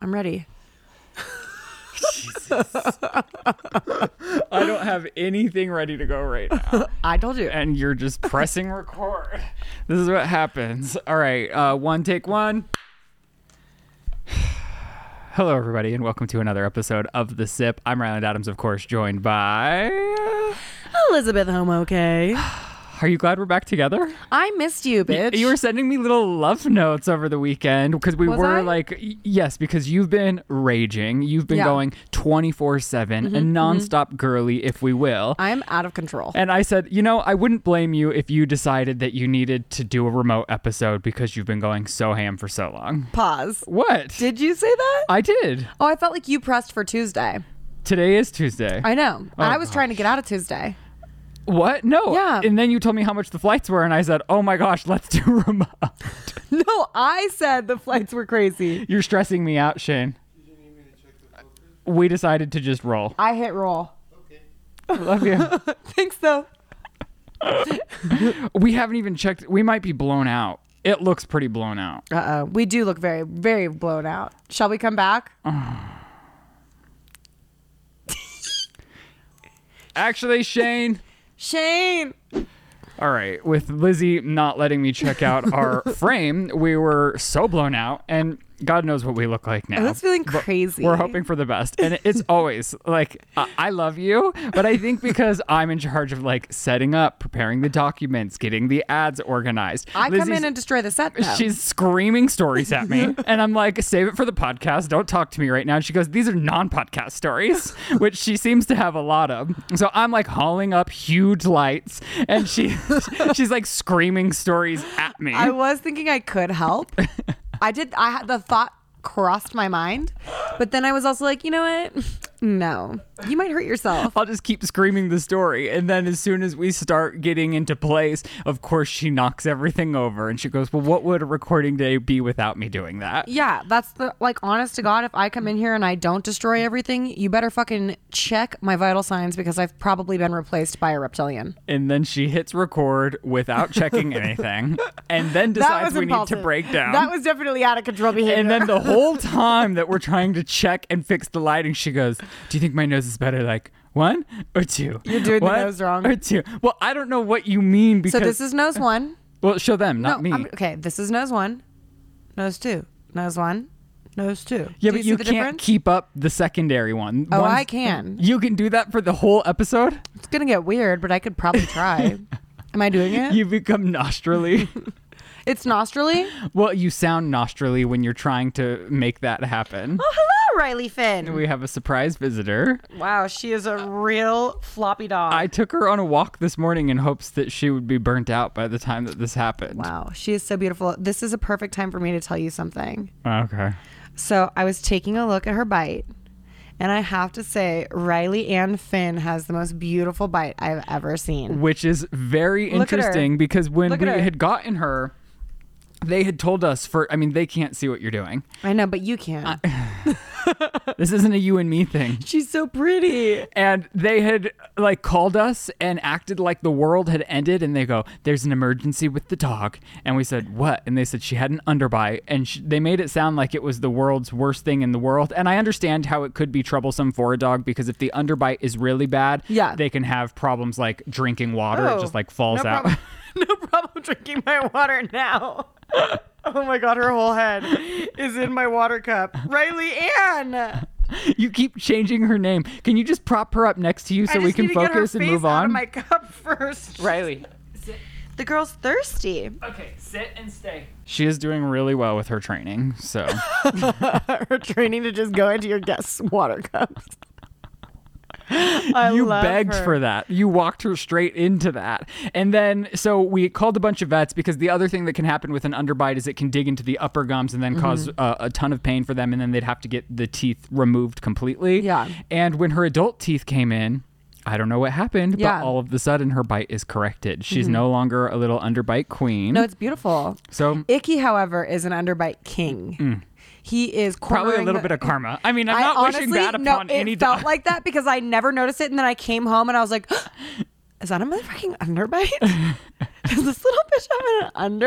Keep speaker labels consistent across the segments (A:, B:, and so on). A: I'm ready.
B: I don't have anything ready to go right now.
A: I told you.
B: and you're just pressing record. This is what happens. All right, uh, one take one. Hello, everybody, and welcome to another episode of The Sip. I'm Ryland Adams, of course, joined by. uh,
A: Elizabeth Home okay.
B: Are you glad we're back together?
A: I missed you, bitch.
B: You were sending me little love notes over the weekend because we
A: Was
B: were
A: I?
B: like, y- yes, because you've been raging. You've been
A: Yeah.
B: going 24 7 and nonstop girly, if we will.
A: I'm out of control.
B: And I said, you know, I wouldn't blame you if you decided that you needed to do a remote episode because you've been going so ham for so long.
A: Pause.
B: What?
A: Did you say that?
B: I did.
A: Oh, I felt like you pressed for Tuesday.
B: Today is Tuesday.
A: I know. I was
B: gosh.
A: trying to get out of Tuesday.
B: what? No.
A: Yeah.
B: And then you told me how much the flights were, and I said, oh my gosh, let's do remote.
A: No, I said the flights were crazy.
B: You're stressing me out, Shane. We decided to just roll.
A: I hit roll.
B: Love you.
A: Thanks though.
B: we haven't even checked. We might be blown out. It looks pretty blown out.
A: Uh oh. We do look very, very blown out. Shall we come back?
B: Uh, Actually, Shane.
A: Shane.
B: All right, with Lizzie not letting me check out our frame, we were so blown out, and God knows what we look like now.
A: I was feeling
B: But
A: crazy.
B: We're hoping for the best, and it's always like I-, I love you, but I think because I'm in charge of like setting up, preparing the documents, getting the ads organized.
A: I come
B: Lizzie's-
A: in and destroy the set though.
B: She's screaming stories at me. and I'm like, save it for the podcast. Don't talk to me right now. And she goes, these are non podcast stories, which she seems to have a lot of. So I'm like hauling up huge lights and she she's like screaming stories at me.
A: I was thinking I could help. I did. I had the thought crossed my mind, but then I was also like, you know what? No, you might hurt yourself.
B: I'll just keep screaming the story. And then as soon as we start getting into place, of course, she knocks everything over and she goes, Well, what would a recording day be without me doing that?
A: Yeah, that's the like. Honest to God, if I come in here and I don't destroy everything, you better fucking check my vital signs because I've probably been replaced by a reptilian.
B: And then she hits record without checking anything and then decides we need to
A: impulsive.
B: break down.
A: That was definitely out of control behavior.
B: And then the whole time that we're trying to check and fix the lighting, she goes, Do you think my nose is better? Like, one or two? You're
A: doing the nose wrong.
B: Or two. Well, I don't know what you mean
A: so
B: because.
A: this is nose one.
B: well, show them,
A: No,
B: not me.
A: I'm- okay, this is nose one, nose two, nose one, nose two.
B: yeah,
A: Do
B: but
A: see
B: you
A: the
B: can't
A: difference?
B: keep up the secondary one.
A: Oh,
B: One's-
A: I can.
B: You can do that for the whole episode?
A: It's gonna get weird, but I could probably try. Am I doing it?
B: You become nostrily.
A: It's nostrily.
B: well, you sound nostrily when you're trying to make that happen.
A: Oh, hello, Riley Finn.
B: We have a surprise visitor.
A: wow, she is a real floppy dog.
B: I took her on a walk this morning in hopes that she would be burnt out by the time that this happened.
A: wow, she is so beautiful. This is a perfect time for me to tell you something.
B: Okay.
A: So I was taking a look at her bite, and I have to say, Riley Ann Finn has the most beautiful bite I've ever seen.
B: which is very
A: Look at her.
B: interesting because when
A: Look
B: we
A: at her.
B: had gotten her, they had told us for, I mean, they can't see what you're doing.
A: I know, but you can. not
B: This isn't a you and me thing.
A: She's so pretty.
B: And they had like called us and acted like the world had ended. And they go, There's an emergency with the dog. And we said, What? And they said, She had an underbite. And sh they made it sound like it was the world's worst thing in the world. And I understand how it could be troublesome for a dog because if the underbite is really bad,
A: Yeah.
B: they can have problems like drinking water. it just like falls out.
A: Oh, no problem drinking my water now. oh my god, her whole head is in my water cup. Riley Ann.
B: You keep changing her name. Can you just prop her up next to you so we can focus and move on?
A: cup first.
B: Riley.
A: The girl's thirsty.
B: Okay, sit and stay. She is doing really well with her training, so
A: Her training to just go into your guest's water cups. I
B: you
A: love
B: begged
A: her.
B: for that. You walked her straight into that. And then so we called a bunch of vets because the other thing that can happen with an underbite is it can dig into the upper gums and then
A: Mm-hmm.
B: cause uh, a ton of pain for them and then they'd have to get the teeth removed completely.
A: Yeah.
B: And when her adult teeth came in, I don't know what happened,
A: Yeah. Mm-hmm.
B: but all of a sudden her bite is corrected. She's no longer a little underbite queen.
A: No, it's beautiful.
B: so
A: Icky, however, is an underbite king. He is
B: probably a
A: cornering
B: little
A: the-
B: bit of karma. I mean, I'm
A: I
B: not
A: honestly,
B: wishing that
A: no,
B: upon
A: it
B: any
A: felt
B: dog.
A: like that because I never noticed it, and then I came home and I was like, "Is that a motherfucking underbite? Does this little bitch have an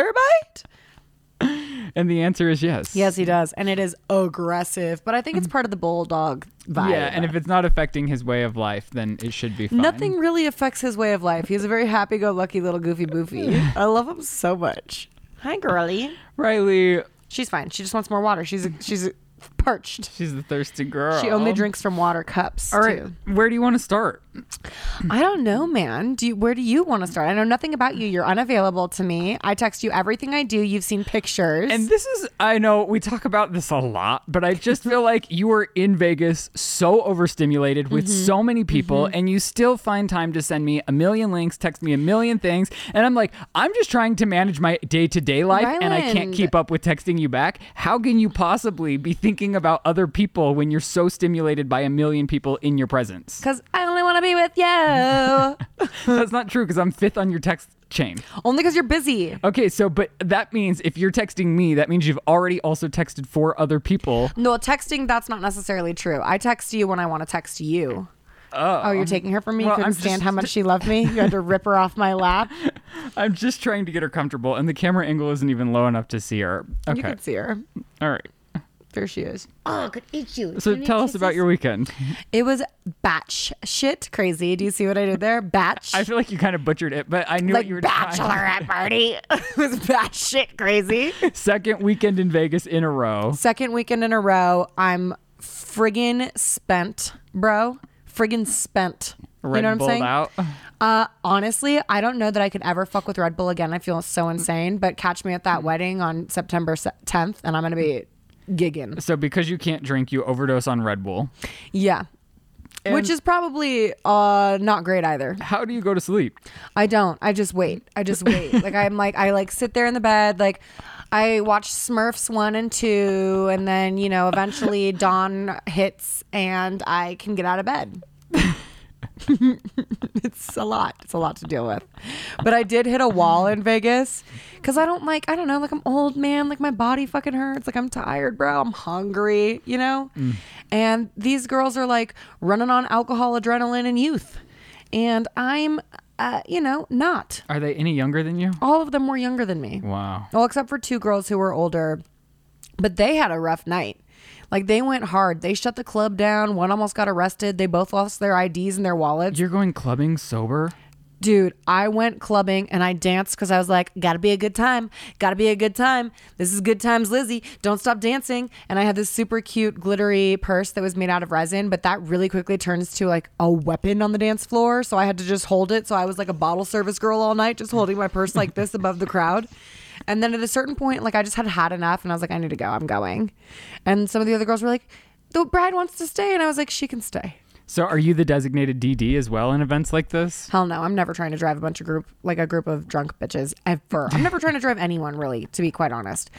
A: underbite?"
B: And the answer is yes.
A: Yes, he does. And it is aggressive, but I think it's part of the bulldog vibe.
B: Yeah, and if it's not affecting his way of life, then it should be fine.
A: Nothing really affects his way of life. He's a very happy go lucky little goofy boofy. I love him so much. Hi, girly.
B: Riley,
A: She's fine. She just wants more water. She's a, she's a, parched.
B: she's the thirsty girl.
A: She only drinks from water cups.
B: All right,
A: too.
B: where do you want to start?
A: I don't know, man. Do you, where do you want to start? I know nothing about you. You're unavailable to me. I text you everything I do. You've seen pictures.
B: And this is, I know we talk about this a lot, but I just feel like you were in Vegas so overstimulated with so many people, and you still find time to send me a million links, text me a million things. And I'm like, I'm just trying to manage my day to day life, and I can't
A: Ryland.
B: keep up with texting you back. How can you possibly be thinking about other people when you're so stimulated by a million people in your presence?
A: Because I only want to be with you.
B: That's not true because I'm fifth on your text chain.
A: only because you're busy.
B: Okay, so but that means if you're texting me, that means you've already also texted four other people.
A: No, texting, that's not necessarily true. I text you when I want to text you. Oh, you're taking her from me?
B: Well,
A: you couldn't
B: I'm
A: stand
B: just-
A: how much she loved me? You had to rip her off my lap?
B: I'm just trying to get her comfortable, and the camera angle isn't even low enough to see her.
A: You
B: Okay,
A: can see her.
B: all right.
A: There she is.
C: Oh, I could eat you.
B: So tell us about your weekend.
A: It was batch shit crazy. Do you see what I did there? Batch.
B: I feel like you kind of butchered it, but I knew what
A: like
B: you were trying.
A: bachelorette party. it was batch shit crazy.
B: Second weekend in Vegas in a row.
A: Second weekend in a row, I'm friggin' spent, bro. Friggin' spent.
B: Red
A: you know what
B: Bulled
A: I'm saying?
B: out.
A: Uh, honestly, I don't know that I could ever fuck with Red Bull again. I feel so insane. But catch me at that wedding on September se- 10th, and I'm gonna be gigging.
B: So because you can't drink, you overdose on Red Bull.
A: Yeah. Which is probably uh not great either.
B: How do you go to sleep?
A: I don't. I just wait. I just wait. like I'm like I like sit there in the bed like I watch Smurfs 1 and 2 and then, you know, eventually dawn hits and I can get out of bed. it's a lot. It's a lot to deal with. But I did hit a wall in Vegas cuz I don't like I don't know, like I'm old man, like my body fucking hurts, like I'm tired, bro. I'm hungry, you know? And these girls are like running on alcohol, adrenaline and youth. And I'm uh, you know, not.
B: Are they any younger than you?
A: All of them were younger than me.
B: Wow.
A: Well, except for two girls who were older, but they had a rough night. Like they went hard. They shut the club down. One almost got arrested. They both lost their IDs and their wallets.
B: You're going clubbing sober?
A: Dude, I went clubbing and I danced because I was like, gotta be a good time. Gotta be a good time. This is good times, Lizzie. Don't stop dancing. And I had this super cute, glittery purse that was made out of resin, but that really quickly turns to like a weapon on the dance floor. So I had to just hold it. So I was like a bottle service girl all night, just holding my purse like this above the crowd. And then at a certain point, like I just had had enough and I was like, I need to go. I'm going. And some of the other girls were like, the bride wants to stay. And I was like, she can stay.
B: So are you the designated DD as well in events like this?
A: Hell no, I'm never trying to drive a bunch of group like a group of drunk bitches ever. I'm never trying to drive anyone really, to be quite honest.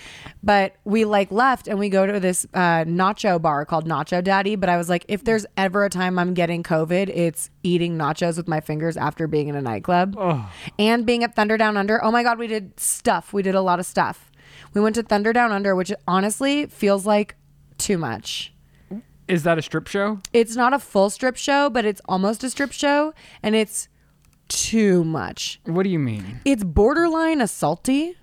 A: But we like left and we go to this uh, nacho bar called Nacho Daddy. But I was like, if there's ever a time I'm getting COVID, it's eating nachos with my fingers after being in a nightclub and being at Thunder Down Under. Oh my god, we did stuff. We did a lot of stuff. We went to Thunder Down Under, which honestly feels like too much
B: Is that a strip show?
A: it's not a full strip show, but it's almost a strip show, and it's too much.
B: What do you mean?
A: It's borderline assaulty.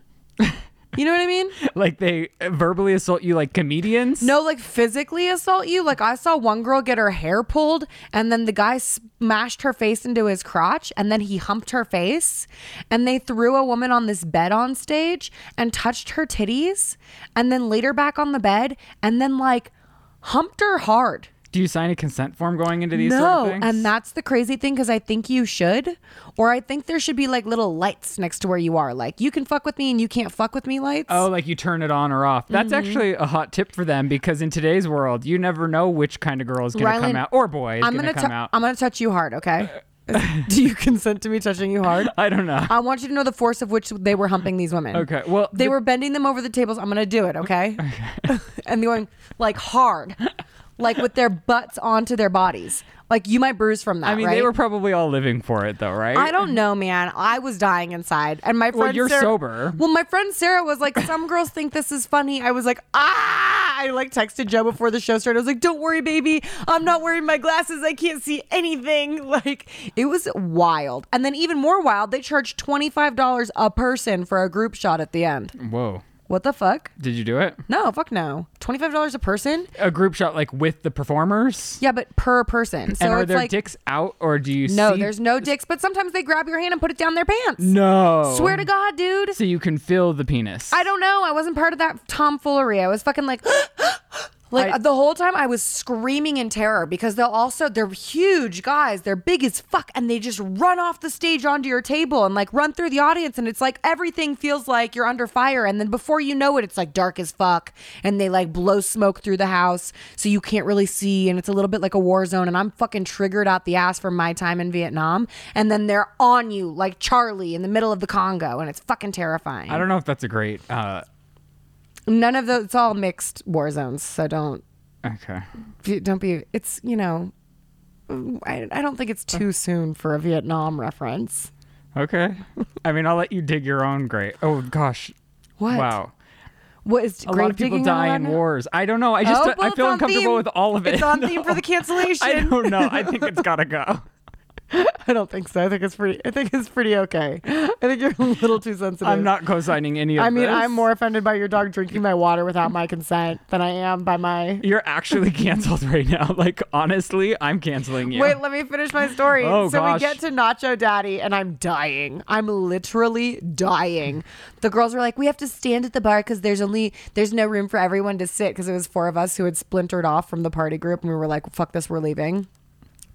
A: You know what I mean?
B: Like they verbally assault you like comedians?
A: No, like physically assault you. Like I saw one girl get her hair pulled, and then the guy smashed her face into his crotch, and then he humped her face, and they threw a woman on this bed on stage and touched her titties, and then laid her back on the bed, and then like humped her hard.
B: Do you sign a consent form going into these sort of
A: No,
B: things?
A: and that's the crazy thing because I think you should, or I think there should be like little lights next to where you are. Like you can fuck with me and you can't fuck with me lights.
B: Oh, like you turn it on or off. That's
A: Mm-hmm.
B: actually a hot tip for them because in today's world, you never know which kind of girl is going to come
A: Rylan,
B: out or boy is
A: I'm
B: going to
A: gonna
B: come
A: tou-
B: out.
A: I'm gonna touch you hard. Okay. Do you consent to me touching you hard?
B: I don't know.
A: I want you to know the force of which they were humping these women.
B: Okay, well,
A: they
B: the-
A: were bending them over the tables. I'm gonna do it. Okay. and they were going like hard, like with their butts onto their bodies. Like you might bruise from that.
B: I mean,
A: right?
B: they were probably all living for it though, right?
A: I don't know, man. I was dying inside, and my friend.
B: Well, you're
A: Sarah,
B: sober.
A: Well, my friend Sarah was like, "Some girls think this is funny." I was like, "Ah!" I like texted Joe before the show started. I was like, "Don't worry, baby. I'm not wearing my glasses. I can't see anything." Like it was wild. And then even more wild, they charged twenty five dollars a person for a group shot at the end.
B: Whoa.
A: What the fuck?
B: Did you do it?
A: No, fuck no. Twenty five dollars a person?
B: A group shot like with the performers?
A: Yeah, but per person. So
B: and are
A: it's
B: their
A: like
B: dicks out or do you
A: no,
B: see-
A: there's no dicks, but sometimes they grab your hand and put it down their pants.
B: No.
A: Swear to God, dude.
B: So you can feel the penis.
A: I don't know. I wasn't part of that tomfoolery. I was fucking like, like
B: I-
A: the whole time I was screaming in terror because they'll also they're huge guys. They're big as fuck, and they just run off the stage onto your table and like run through the audience, and it's like everything feels like you're under fire. And then before you know it, it's like dark as fuck, and they like blow smoke through the house, so you can't really see, and it's a little bit like a war zone. And I'm fucking triggered out the ass from my time in Vietnam, and then they're on you like Charlie in the middle of the Congo, and it's fucking terrifying.
B: I don't know if that's a great uh
A: None of those. It's all mixed war zones. So don't
B: okay.
A: don't be. It's you know, I, I don't think it's too soon for a Vietnam reference.
B: Okay. I mean, I'll let you dig your own grave. Oh gosh.
A: What?
B: Wow.
A: What is
B: A lot of people die in wars. I don't know. I just
A: Oh, well,
B: I
A: it's
B: feel
A: on
B: uncomfortable
A: theme.
B: with all of it.
A: It's on
B: No.
A: theme for the cancellation.
B: I don't know. I think it's gotta go.
A: I don't think so. I think it's pretty. I think it's pretty okay. I think you're a little too sensitive.
B: I'm not co-signing any of
A: I mean,
B: this.
A: I'm more offended by your dog drinking my water without my consent than I am by my.
B: You're actually canceled right now. Like honestly, I'm canceling you.
A: Wait, let me finish my story.
B: Oh,
A: so we
B: gosh.
A: get to Nacho Daddy, and I'm dying. I'm literally dying. The girls were like, "We have to stand at the bar because there's only there's no room for everyone to sit because it was four of us who had splintered off from the party group, and we were like, "Fuck this, we're leaving."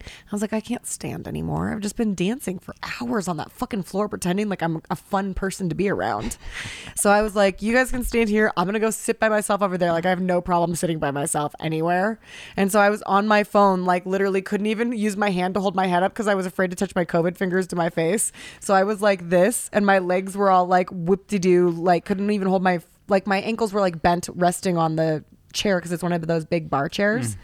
A: I was like, I can't stand anymore. I've just been dancing for hours on that fucking floor, pretending like I'm a fun person to be around. so I was like, you guys can stand here. I'm going to go sit by myself over there. Like, I have no problem sitting by myself anywhere. And so I was on my phone, like, literally couldn't even use my hand to hold my head up because I was afraid to touch my COVID fingers to my face. So I was like this, and my legs were all like whoop de doo, like, couldn't even hold my, like, my ankles were like bent resting on the chair because it's one of those big bar chairs.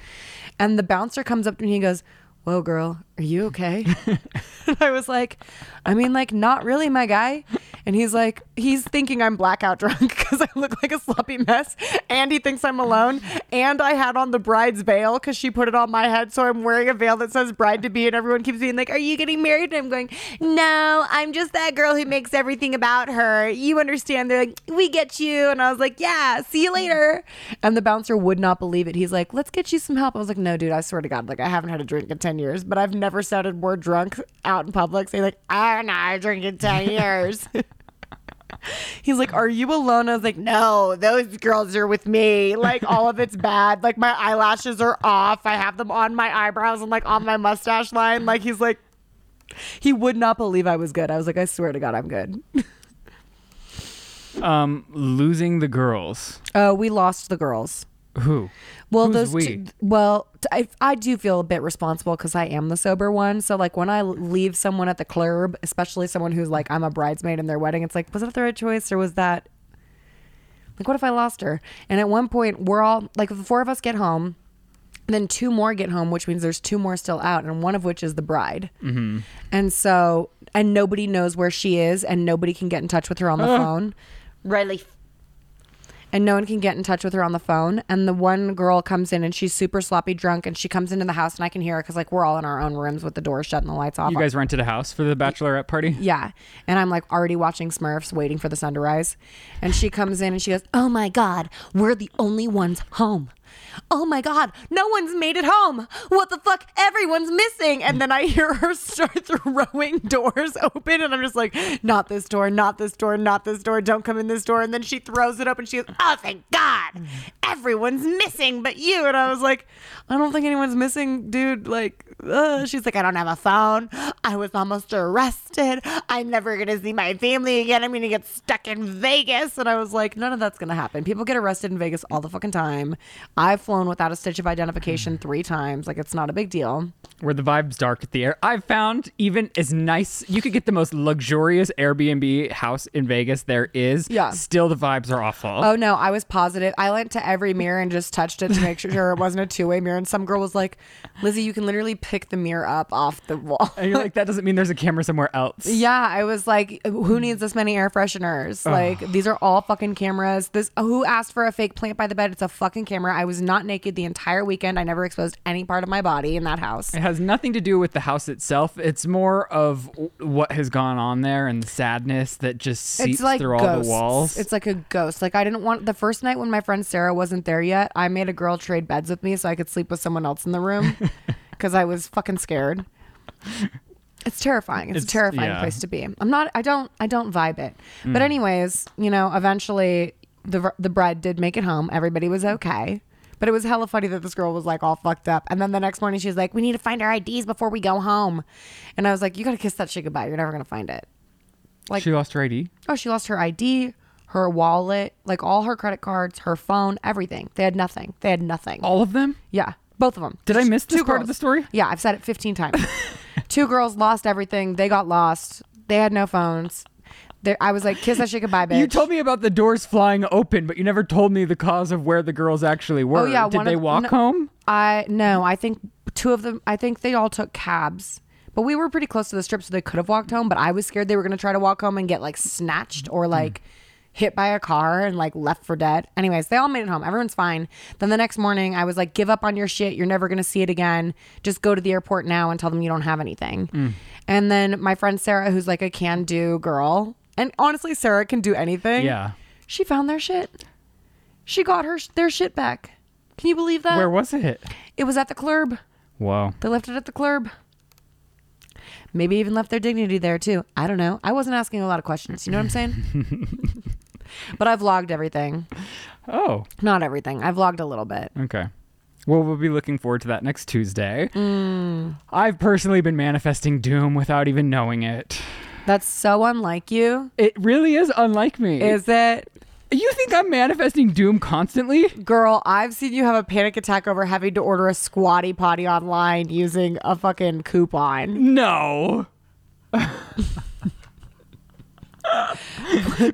A: And the bouncer comes up to me and he goes, Whoa, girl, are you okay? and I was like, I mean, like, not really, my guy. And he's like, he's thinking I'm blackout drunk because I look like a sloppy mess. And he thinks I'm alone. And I had on the bride's veil because she put it on my head. So I'm wearing a veil that says bride to be. And everyone keeps being like, Are you getting married? And I'm going, No, I'm just that girl who makes everything about her. You understand. They're like, We get you. And I was like, Yeah, see you later. And the bouncer would not believe it. He's like, Let's get you some help. I was like, No, dude, I swear to God, like, I haven't had a drink in 10 years, but I've never sounded more drunk out in public saying, like, I haven't had a drink in 10 years. He's like, Are you alone? I was like, No, those girls are with me. Like, all of it's bad. Like, my eyelashes are off. I have them on my eyebrows and like on my mustache line. Like, he's like, He would not believe I was good. I was like, I swear to God, I'm good.
B: um, losing the girls.
A: Oh, we lost the girls.
B: Who?
A: Well,
B: Who's
A: those
B: we?
A: two, well, t- I, I do feel a bit responsible because I am the sober one. So like when I l- leave someone at the club, especially someone who's like I'm a bridesmaid in their wedding, it's like was that the right choice or was that like what if I lost her? And at one point we're all like if the four of us get home. Then two more get home, which means there's two more still out, and one of which is the bride. Mm-hmm. And so, and nobody knows where she is, and nobody can get in touch with her on the phone
C: Riley
A: and no one can get in touch with her on the phone. And the one girl comes in and she's super sloppy drunk and she comes into the house and I can hear her because like we're all in our own rooms with the doors shut and the lights off.
B: You guys rented a house for the bachelorette party?
A: yeah. And I'm like already watching Smurfs, waiting for the sun to rise. And she comes in and she goes, Oh my God, we're the only ones home. Oh my God, no one's made it home. What the fuck? Everyone's missing. And then I hear her start throwing doors open. And I'm just like, Not this door, not this door, not this door. Don't come in this door. And then she throws it up and she goes, Oh, thank God. Everyone's missing but you. And I was like, I don't think anyone's missing, dude. Like, uh, she's like, I don't have a phone. I was almost arrested. I'm never going to see my family again. I'm going to get stuck in Vegas. And I was like, none of that's going to happen. People get arrested in Vegas all the fucking time. I've flown without a stitch of identification three times. Like, it's not a big deal.
B: Where the vibe's dark at the air. I've found even as nice, you could get the most luxurious Airbnb house in Vegas there is.
A: Yeah.
B: Still, the vibes are awful.
A: Oh no, I was positive. I went to every mirror and just touched it to make sure it wasn't a two way mirror. And some girl was like, Lizzie, you can literally pick the mirror up off the wall.
B: and you're like, that doesn't mean there's a camera somewhere else.
A: Yeah, I was like, who needs this many air fresheners? Like, these are all fucking cameras. This who asked for a fake plant by the bed? It's a fucking camera. I was not naked the entire weekend. I never exposed any part of my body in that house.
B: It has nothing to do with the house itself. It's more of w- what has gone on there and the sadness that just seeps
A: It's like
B: through all the
A: ghosts.
B: walls.
A: It's like a ghost. Like I didn't want the first night when my friend Sarah wasn't there yet. I made a girl trade beds with me so I could sleep with someone else in the room because I was fucking scared. It's terrifying. It's, a
B: It's-
A: terrifying
B: yeah. Mm.
A: place to be. I'm not. I don't. I don't vibe it. But anyways, you know, eventually the v- the bride did make it home. Everybody was okay. But it was hella funny that this girl was like all fucked up. And then the next morning she was like, "We need to find our IDs before we go home." And I was like, "You gotta kiss that shit goodbye. You're never gonna find it." like-
B: she lost her ID.
A: Oh, she lost her ID, her wallet, like all her credit cards, her phone, everything. They had nothing. They had nothing.
B: All of them?
A: yeah, both of them.
B: Oh. Did I miss this
A: Two
B: part of
A: girls.
B: the story?
A: Yeah, I've said it 15 times. Two girls lost everything. They got lost. They had no phones. They, I was like, kiss that shit goodbye, bitch.
B: You told me about the doors flying open, but you never told me the cause of where the girls actually were.
A: Oh yeah,
B: Did
A: one
B: they
A: of-
B: walk
A: no-
B: home?
A: I no, I think two of them. I think they all took cabs, but we were pretty close to the strip, so they could have walked home. But I was scared they were going to try to walk home and get like snatched or
B: Hmm.
A: like hit by a car and like left for dead. Anyways, they all made it home. Everyone's fine. Then the next morning, I was like, "Give up on your shit. You're never going to see it again. Just go to the airport now and tell them you don't have anything."
B: Hmm.
A: And then my friend Sarah, who's like a can-do girl, and honestly, Sarah can do anything.
B: Yeah.
A: she found their shit. She got her their shit back. Can you believe that?
B: Where was it?
A: It was at the club.
B: Whoa.
A: They left it at the club. Maybe even left their dignity there too. I don't know. I wasn't asking a lot of questions. You know what I'm saying? but I've logged everything.
B: Oh,
A: Not everything. I've logged a little bit.
B: okay. Well, we'll be looking forward to that next Tuesday.
A: Mm.
B: I've personally been manifesting doom without even knowing it.
A: That's so unlike you.
B: It really is unlike me.
A: Is it?
B: you think I'm manifesting doom constantly?
A: Girl, I've seen you have a panic attack over having to order a squatty potty online using a fucking coupon.
B: No.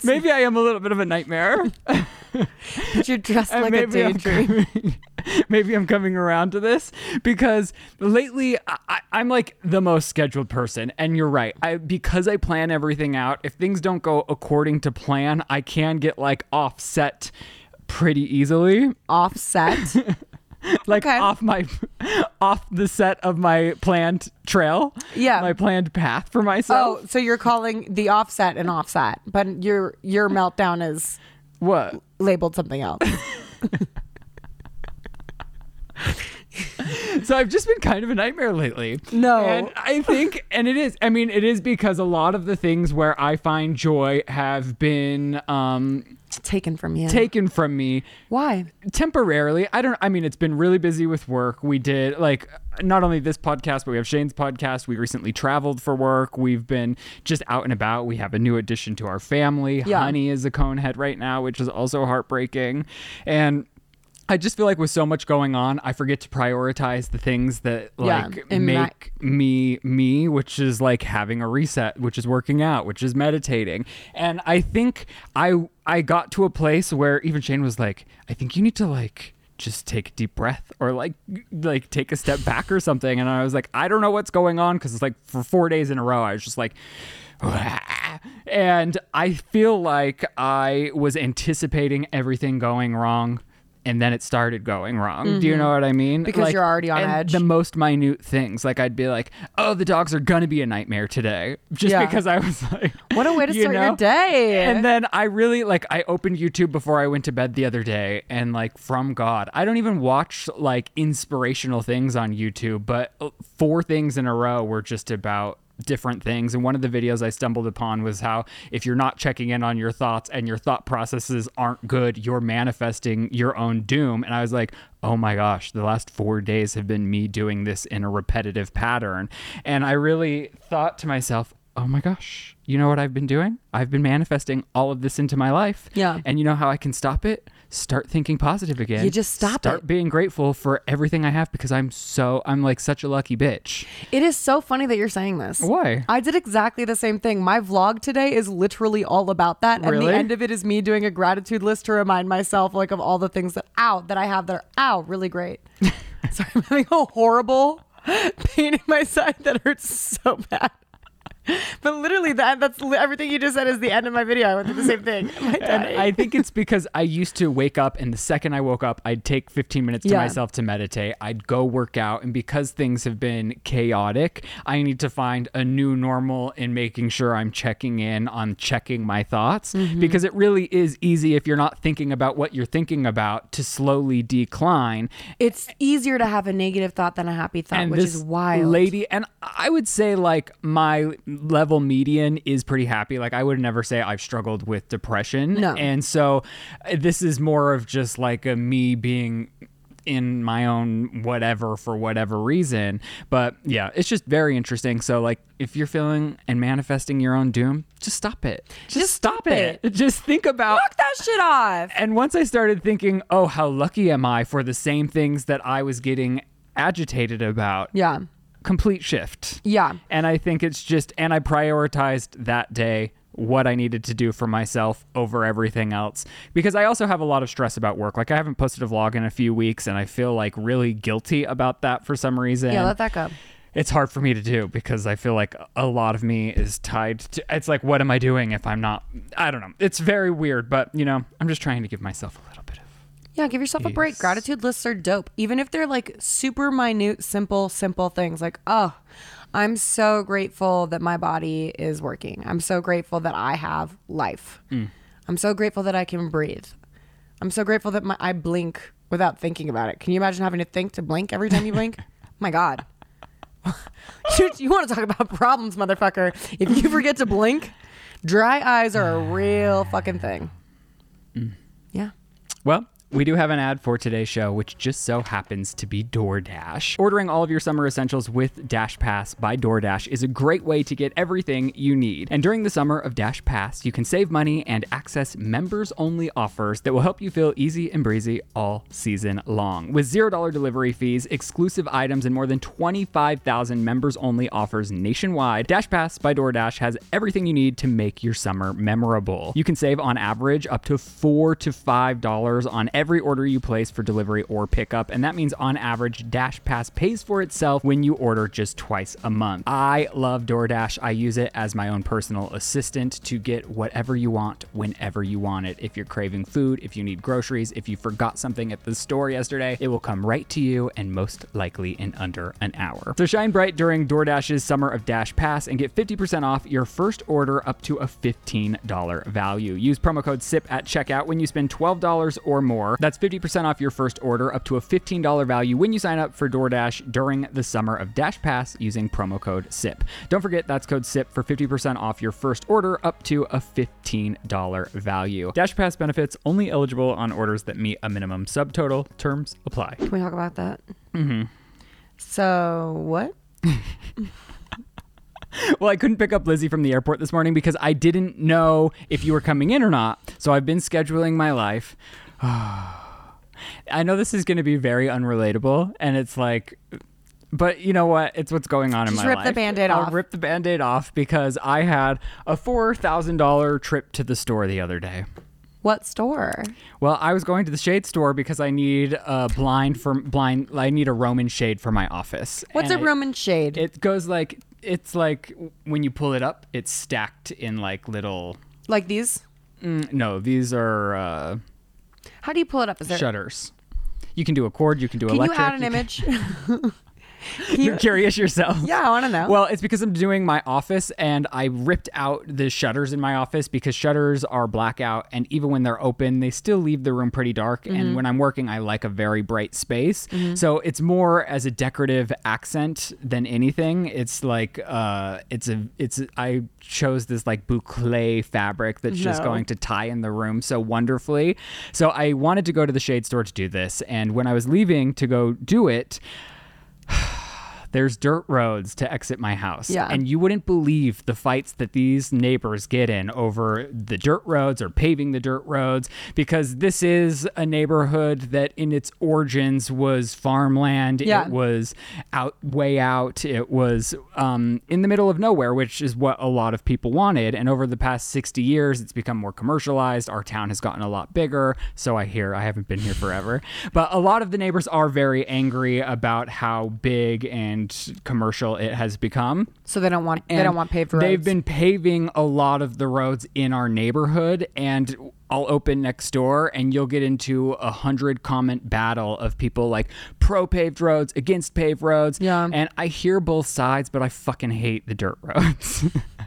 B: maybe I am a little bit of a nightmare.
A: But you're dressed
B: And
A: like a
B: maybe I'm
A: daydream.
B: coming- maybe I'm coming around to this because lately I, I, I'm like the most scheduled person, and you're right. I because I plan everything out. If things don't go according to plan, I can get like offset pretty easily
A: Offset.
B: like
A: Okay.
B: off my off the set of my planned trail
A: Yeah.
B: my planned path for myself
A: oh, so you're calling the offset an offset, but your your meltdown is
B: what
A: labeled something else.
B: So I've just been kind of a nightmare lately.
A: No.
B: And I think, and it is, I mean, it is because a lot of the things where I find joy have been um,
A: taken from you.
B: taken from me
A: why?
B: temporarily. I don't, I mean, it's been really busy with work. We did, like, not only this podcast, but we have Shane's podcast. We recently traveled for work. We've been just out and about. We have a new addition to our family.
A: Yeah.
B: Honey is a conehead right now, which is also heartbreaking. And, I just feel like with so much going on, I forget to prioritize the things that
A: Yeah,
B: like
A: and that-
B: make me me, which is like having a reset, which is working out, which is meditating. And I think I I got to a place where even Shane was like, I think you need to like just take a deep breath or like like take a step back or something and i was like i don't know what's going on because it's like for four days in a row i was just like and i feel like i was anticipating everything going wrong and then it started going wrong do you know what i mean
A: Mm-hmm. Because you're already on
B: and
A: edge.
B: the most minute things like i'd be like oh the dogs are gonna be a nightmare today just
A: Yeah.
B: because i was like
A: What a way to
B: you
A: start
B: know?
A: your day.
B: and then I really like I opened YouTube before I went to bed the other day and like from God. I don't even watch like inspirational things on YouTube, but uh, four things in a row were just about different things and one of the videos I stumbled upon was how if you're not checking in on your thoughts and your thought processes aren't good, you're manifesting your own doom and I was like, "Oh my gosh, the last 4 days have been me doing this in a repetitive pattern." And I really thought to myself, oh my gosh, you know what I've been doing? I've been manifesting all of this into my life.
A: Yeah.
B: And you know how I can stop it? Start thinking positive again.
A: You just stop
B: Start
A: it.
B: being grateful for everything I have because I'm so, I'm like such a lucky bitch.
A: it is so funny that you're saying this.
B: Why?
A: I did exactly the same thing. My vlog today is literally all about that. And
B: Really?
A: the end of it is me doing a gratitude list to remind myself like of all the things that out that I have that are out really great. Sorry, I'm having a horrible pain in my side that hurts so bad. But literally, that that's li- everything you just said is the end of my video. I went through the same thing. Am I
B: And
A: dying?
B: I think it's because I used to wake up, and the second I woke up, I'd take 15 minutes to
A: Yeah.
B: myself to meditate. I'd go work out. And because things have been chaotic, I need to find a new normal in making sure I'm checking in on checking my thoughts. Because it really is easy if you're not thinking about what you're thinking about to slowly decline.
A: it's easier to have a negative thought than a happy thought,
B: and
A: which
B: this
A: is wild.
B: lady and i would say like my level median is pretty happy like i would never say i've struggled with depression
A: No.
B: and so uh, this is more of just like a me being in my own whatever for whatever reason but yeah it's just very interesting so like if you're feeling and manifesting your own doom just stop it just, stop it. just think about
A: Knock that shit off.
B: and once I started thinking, oh, how lucky am I for the same things that I was getting agitated about,
A: Yeah.
B: complete shift.
A: Yeah.
B: And I think it's just, and I prioritized that day what I needed to do for myself over everything else because I also have a lot of stress about work. Like I haven't posted a vlog in a few weeks and I feel like really guilty about that for some reason
A: Yeah, let that go.
B: it's hard for me to do because I feel like a lot of me is tied to it's like what am I doing if I'm not I don't know. It's very weird, but you know, I'm just trying to give myself a little bit of
A: Yeah, give yourself a break.
B: Yes.
A: Gratitude lists are dope. Even if they're like super minute, simple, simple things like, oh, I'm so grateful that my body is working. I'm so grateful that I have life. I'm so grateful that I can breathe. I'm so grateful that my I blink without thinking about it. Can you imagine having to think to blink every time you blink? my God. you, you want to talk about problems, motherfucker. If you forget to blink, dry eyes are a real fucking thing. Mm. Yeah.
B: Well, we do have an ad for today's show, which just so happens to be DoorDash. Ordering all of your summer essentials with Dash Pass by DoorDash is a great way to get everything you need. And during the summer of Dash Pass, you can save money and access members only offers that will help you feel easy and breezy all season long. With $0 delivery fees, exclusive items, and more than 25,000 members only offers nationwide, Dash Pass by DoorDash has everything you need to make your summer memorable. You can save on average up to 4 to 5 dollars on every order you place for delivery or pickup, and that means on average Dash Pass pays for itself when you order just twice a month. I love DoorDash. I use it as my own personal assistant to get whatever you want whenever you want it. If you're craving food, if you need groceries, if you forgot something at the store yesterday, it will come right to you and most likely in under an hour. So shine bright during DoorDash's Summer of Dash Pass and get 50% off your first order up to a $15 value. Use promo code SIP at checkout when you spend $12 or more. That's 50% off your first order up to a $15 value when you sign up for DoorDash during the Summer of Dash Pass using promo code SIP. Don't forget that's code SIP for 50% off your first order up to a $15 value. Dash Pass benefits only eligible on orders that meet a minimum subtotal. Terms apply.
A: Can we talk about that? Mm-hmm. So what?
B: Well, I couldn't pick up Lizzie from the airport this morning because I didn't know if you were coming in or not. So I've been scheduling my life. I know this is going to be very unrelatable, and it's like, but you know what? It's what's going on
A: Just
B: in my
A: rip
B: life.
A: the Band-Aid
B: I'll
A: off.
B: rip the band aid off because I had a $4,000 trip to the store the other day.
A: What store?
B: Well, I was going to the shade store because I need a blind for blind. I need a Roman shade for my office.
A: What's
B: And
A: a
B: I-
A: Roman shade?
B: it goes like it's like when you pull it up, it's stacked in like little.
A: like these?
B: Mm, no, these are uh,
A: How do you pull it up? Is there?
B: shutters. You can do a cord. You can do
A: can you
B: electric.
A: add an
B: you
A: image?
B: can- You're curious yourself.
A: yeah, I want to know.
B: Well, it's because I'm doing my office and I ripped out the shutters in my office because shutters are blackout and even when they're open, they still leave the room pretty dark.
A: Mm-hmm.
B: And when I'm working, I like a very bright space. So it's more as a decorative accent than anything. It's like uh it's a it's a- I chose this like boucle fabric that's just
A: No.
B: going to tie in the room so wonderfully. So I wanted to go to the shade store to do this and when I was leaving to go do it, there's dirt roads to exit my house.
A: Yeah.
B: And you wouldn't believe the fights that these neighbors get in over the dirt roads or paving the dirt roads because this is a neighborhood that in its origins was farmland.
A: Yeah.
B: It was out way out. It was um, in the middle of nowhere, which is what a lot of people wanted. And over the past 60 years, it's become more commercialized. Our town has gotten a lot bigger. So I hear I haven't been here forever. But a lot of the neighbors are very angry about how big and and commercial it has become.
A: So they don't want they
B: And
A: don't want paved roads.
B: They've been paving a lot of the roads in our neighborhood, and I'll open next door, and you'll get into a hundred comment battle of people like pro paved roads against paved roads.
A: Yeah.
B: and I hear both sides, but I fucking hate the dirt roads.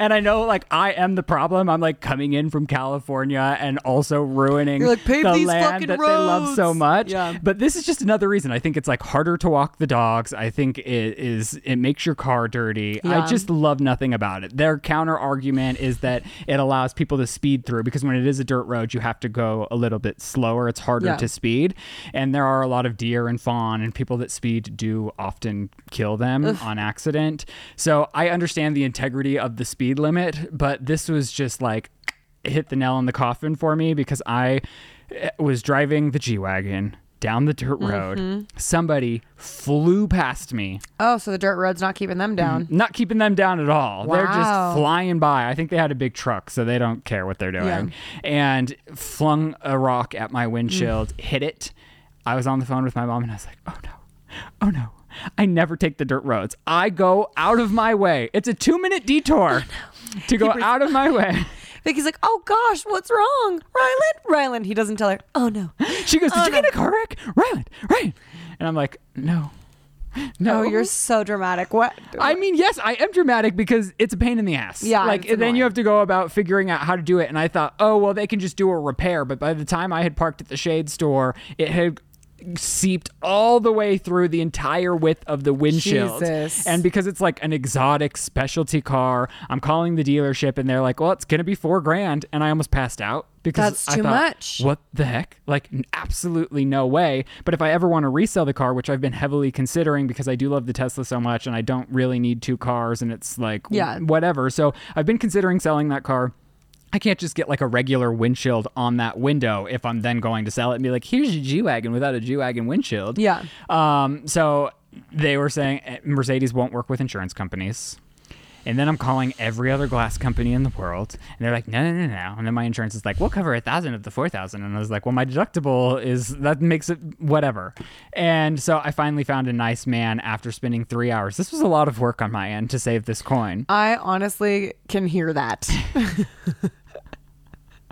B: And I know, like, I am the problem. I'm like coming in from California and also ruining
A: You're like, "Pave
B: the
A: these
B: land
A: fucking
B: that they love so
A: roads!"
B: much.
A: Yeah.
B: But this is just another reason. I think it's like harder to walk the dogs. I think it is it makes your car dirty. I
A: Yeah.
B: just love nothing about it. Their counter argument is that it allows people to speed through because when it is a dirt road, you have to go a little bit slower. It's harder
A: Yeah.
B: to speed, and there are a lot of deer and fawn and people that speed do often kill them on accident. So I understand the integrity of the speed limit, but this was just like it hit the nail on the coffin for me because I eh, was driving the G Wagon down the dirt road. Somebody flew past me,
A: oh, so the dirt road's not keeping them down.
B: not keeping them down at all. They're
A: Wow.
B: just flying by. I think they had a big truck, so they don't care what they're doing.
A: Yeah.
B: And flung a rock at my windshield,
A: Mm.
B: hit it. I was on the phone with my mom and I was like, oh no, oh no. I never take the dirt roads. I go out of my way. It's a two minute detour
A: Oh,
B: to go out of my way.
A: Vicky's like, oh gosh, what's wrong, Ryland? Ryland. He doesn't tell her. Oh no.
B: She goes, "Did
A: Oh,
B: you
A: no.
B: get in a car wreck, Ryan? Ryan?" And I'm like, "No, no,
A: Oh, you're so dramatic. What?
B: I mean, yes, I am dramatic because it's a pain in the ass.
A: Yeah,
B: like
A: it's
B: then
A: annoying.
B: you have to go about figuring out how to do it. And I thought, oh well, they can just do a repair. But by the time I had parked at the shade store, it had seeped all the way through the entire width of the windshield.
A: Jesus.
B: And because it's like an exotic specialty car, I'm calling the dealership and they're like, well, it's gonna be four grand, and I almost passed out because
A: That's
B: I
A: too
B: thought,
A: much.
B: What the heck? Like, n- absolutely no way. But if I ever want to resell the car, which I've been heavily considering because I do love the Tesla so much and I don't really need two cars and it's like, w-
A: Yeah.
B: whatever. So I've been considering selling that car. I can't just get like a regular windshield on that window if I'm then going to sell it and be like, here's your G Wagon without a G Wagon windshield.
A: Yeah.
B: Um, so they were saying eh, Mercedes won't work with insurance companies. And then I'm calling every other glass company in the world, and they're like, "No, no, no, no." And then my insurance is like, "We'll cover a thousand of the four thousand. And I was like, "Well, my deductible is that makes it whatever." And so I finally found a nice man after spending three hours. This was a lot of work on my end to save this coin.
A: I honestly can hear that.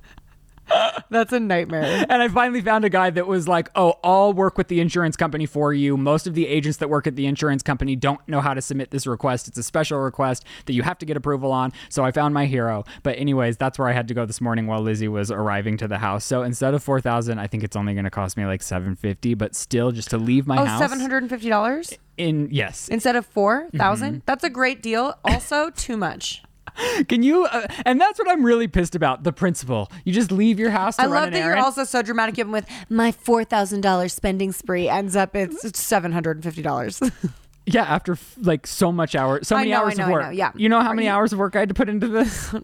A: That's a nightmare.
B: and I finally found a guy that was like, "Oh, I'll work with the insurance company for you. Most of the agents that work at the insurance company don't know how to submit this request. It's a special request that you have to get approval on." So I found my hero. But anyways, that's where I had to go this morning while Lizzie was arriving to the house. So instead of 4,000, I think it's only going to cost me like 750, but still just to leave my
A: Oh,
B: house
A: seven hundred and fifty dollars
B: in yes.
A: instead of four
B: Mm-hmm.
A: That's a great deal. Also, too much.
B: Can you uh, and that's what I'm really pissed about, the principal. You just leave your house to
A: I
B: run
A: love
B: an
A: that you're
B: errand.
A: also so dramatic. Even with my four thousand dollars spending spree ends up it's seven hundred and fifty dollars.
B: Yeah, after f- like so much hours, so
A: I
B: many
A: know, I
B: hours
A: know,
B: of
A: I
B: work.
A: know, yeah.
B: you know how many hours of work I had to put into this?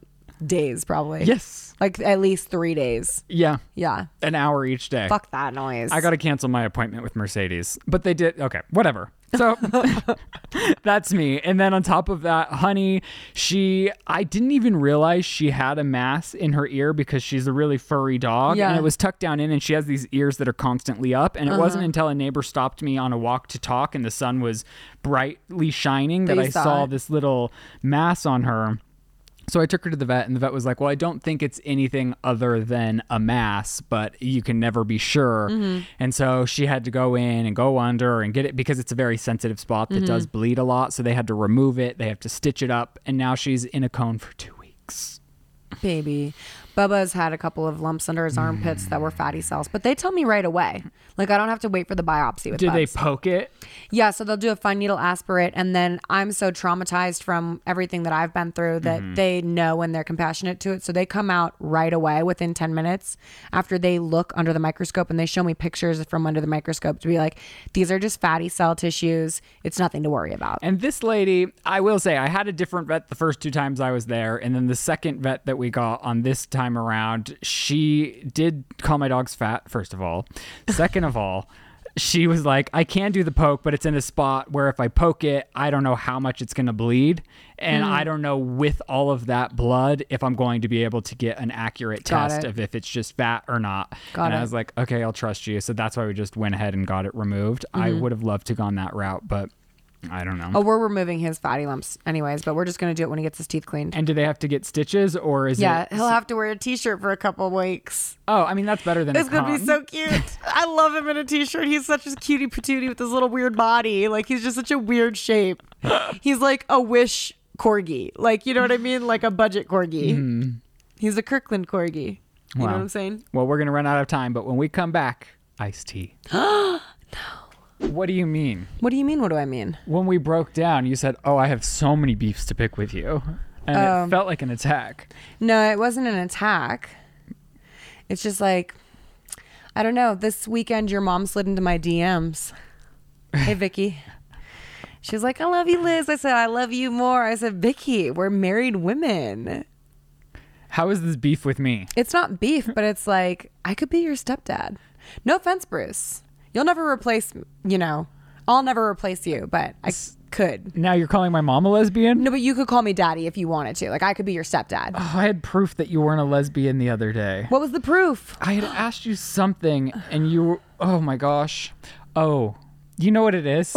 A: days probably.
B: yes.
A: like at least three days.
B: Yeah,
A: Yeah,
B: an hour each day.
A: fuck that noise.
B: I got to cancel my appointment with Mercedes, but they did. Okay, whatever. So that's me. And then on top of that, honey, she, I didn't even realize she had a mass in her ear because she's a really furry dog
A: Yeah.
B: and it was tucked down in and she has these ears that are constantly up. And it wasn't
A: Uh-huh.
B: until a neighbor stopped me on a walk to talk and the sun was brightly shining that
A: you
B: I
A: saw
B: saw
A: it.
B: this little mass on her. So I took her to the vet, and the vet was like, "Well, I don't think it's anything other than a mass, but you can never be sure." And so she had to go in and go under and get it because it's a very sensitive spot that does bleed a lot. So they had to remove it, they have to stitch it up, and now she's in a cone for two weeks.
A: baby. Bubba's had a couple of lumps under his armpits that were fatty cells, but they tell me right away. Like I don't have to wait for the biopsy with
B: Did they
A: Bubs.
B: poke it?
A: Yeah, so they'll do a fine needle aspirate, and then I'm so traumatized from everything that I've been through that
B: Mm-hmm.
A: they know and they're compassionate to it. So they come out right away within 10 minutes after they look under the microscope and they show me pictures from under the microscope to be like, these are just fatty cell tissues. It's nothing to worry about.
B: And this lady, I will say, I had a different vet the first two times I was there. And then the second vet that we got on this time around, she did call my dogs fat, first of all. Second of all, she was like, I can do the poke, but it's in a spot where if I poke it, I don't know how much it's going to bleed. And I
A: Mm.
B: don't know with all of that blood if I'm going to be able to get an accurate
A: Got
B: test
A: it.
B: of if it's just fat or not.
A: Got
B: and I
A: it.
B: was like, okay, I'll trust you. So that's why we just went ahead and got it removed. I would have loved to gone that route, but I don't know.
A: Mm-hmm. Oh, we're removing his fatty lumps anyways, but we're just gonna do it when he gets his teeth cleaned.
B: And do they have to get stitches or is
A: yeah,
B: it?
A: he'll have to wear a t-shirt for a couple weeks.
B: Oh, I mean that's better than.
A: It's
B: a
A: gonna be
B: con.
A: so cute. I love him in a t-shirt. He's such a cutie patootie with his little weird body. Like he's just such a weird shape. He's like a wish corgi. Like you know what I mean? Like a budget corgi. He's a Kirkland corgi. You know
B: Wow.
A: what I'm saying?
B: Well, we're gonna run out of time, but when we come back, iced tea. no. What do you mean?
A: What do you mean? What do I mean?
B: When we broke down, you said, "Oh, I have so many beefs to pick with you," and
A: Um.
B: it felt like an attack.
A: No, it wasn't an attack. It's just like I don't know. This weekend, your mom slid into my DMs. Hey, Vicky. She was like, "I love you, Liz." I said, "I love you more." I said, "Vicky, we're married women.
B: How is this beef with me?
A: It's not beef, but it's like I could be your stepdad. No offense, Bruce. You'll never replace, you know, I'll never replace you, but I could.
B: Now you're calling my mom a lesbian?
A: No, but you could call me daddy if you wanted to. Like I could be your stepdad.
B: Oh, I had proof that you weren't a lesbian the other day.
A: What was the proof?
B: I had asked you something, and you were, oh my gosh. Oh, you know what it is?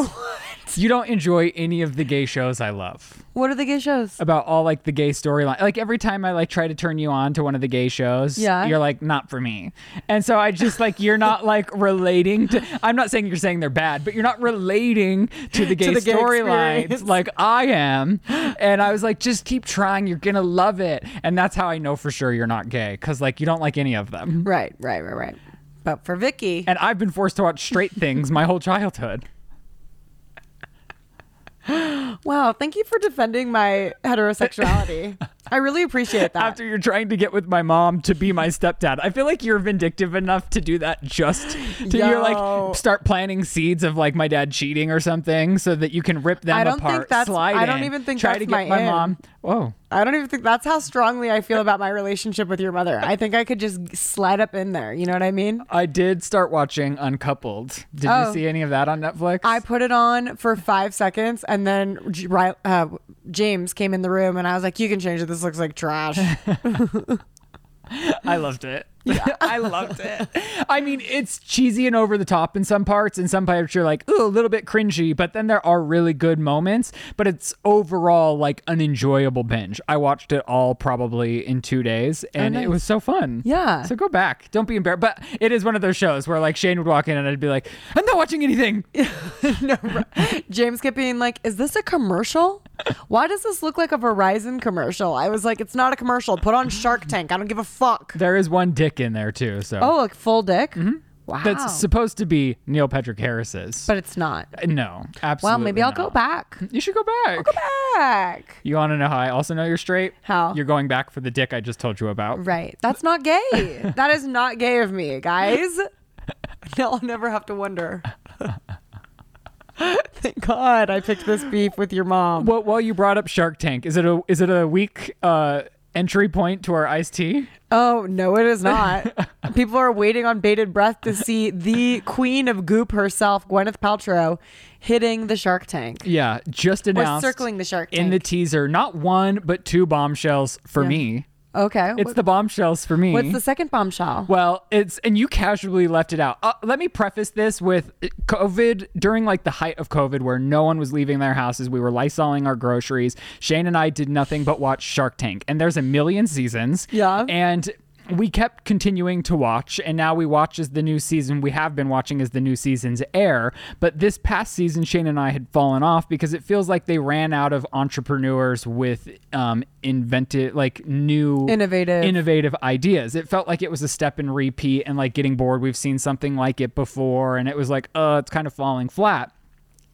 B: You don't enjoy any of the gay shows I love.
A: What are the gay shows?
B: About all like the gay storyline. Like every time I like try to turn you on to one of the gay shows,
A: Yeah.
B: you're like, not for me. And so I just like, you're not like relating to, I'm not saying you're saying they're bad, but you're not relating to the gay
A: the gay
B: storylines
A: experience.
B: like I am. And I was like, just keep trying. You're going to love it. And that's how I know for sure you're not gay because like you don't like any of them.
A: Um, Right, right, right, right. But for Vicky,
B: and I've been forced to watch straight things my whole childhood.
A: wow, thank you for defending my heterosexuality. I really appreciate that.
B: After you're trying to get with my mom to be my stepdad, I feel like you're vindictive enough to do that just to
A: Yo.
B: you're like start planting seeds of like my dad cheating or something so that you can rip them
A: I don't
B: apart.
A: think that's-
B: slide
A: I don't
B: in,
A: even think
B: try
A: that's
B: to
A: my
B: get my
A: in.
B: mom. Whoa.
A: I don't even think that's how strongly I feel about my relationship with your mother. I think I could just slide up in there. You know what I mean?
B: I did start watching Uncoupled. Did
A: Oh.
B: you see any of that on Netflix?
A: I put it on for five seconds, and then J- Ry- uh, James came in the room, and I was like, "You can change it. This looks like trash."
B: I loved it. I loved it. I mean, it's cheesy and over the top in some parts, and some parts you're like, ooh, a little bit cringy, but then there are really good moments, but it's overall like an enjoyable binge. I watched it all probably in two days, and
A: Oh, nice.
B: it was so fun.
A: Yeah.
B: So go back. Don't be embarrassed. But it is one of those shows where like Shane would walk in and I'd be like, I'm not watching anything.
A: James kept being like, "Is this a commercial? Why does this look like a Verizon commercial?" I was like, "It's not a commercial. Put on Shark Tank. I don't give a fuck."
B: There is one dick in there too. So
A: Oh, like full dick? Wow.
B: that's supposed to be Neil Patrick Harris's.
A: but it's not.
B: no,
A: Well,
B: absolutely.
A: maybe I'll go
B: not.
A: back.
B: You should go back.
A: Go back.
B: You want to know how I also know you're straight?
A: How?
B: You're going back for the dick I just told you about.
A: Right. That's not gay. that is not gay of me, guys. Now I'll never have to wonder. Thank God I picked this beef with your mom.
B: Well, while you brought up Shark Tank, is it a is it a weak uh, entry point to our iced tea?
A: Oh, no, it is not. People are waiting on bated breath to see the queen of goop herself, Gwyneth Paltrow, hitting the shark tank.
B: Yeah, just announced.
A: circling the Shark
B: in the
A: Tank.
B: teaser. Not one, but two bombshells for me.
A: Okay.
B: It's
A: what-
B: the bombshells for me.
A: what's the second bombshell?
B: Well, it's and you casually left it out. Uh, let me preface this with uh, COVID during like the height of COVID, where no one was leaving their houses. We were lysoling our groceries. Shane and I did nothing but watch Shark Tank, and there's a million seasons.
A: Yeah.
B: and. We kept continuing to watch, and now we watch as the new season. We have been watching as the new seasons air, but this past season, Shane and I had fallen off because it feels like they ran out of entrepreneurs with um, inventive, like new
A: Innovative.
B: innovative ideas. It felt like it was a step and repeat and like getting bored. We've seen something like it before and it was like, uh, it's kind of falling flat.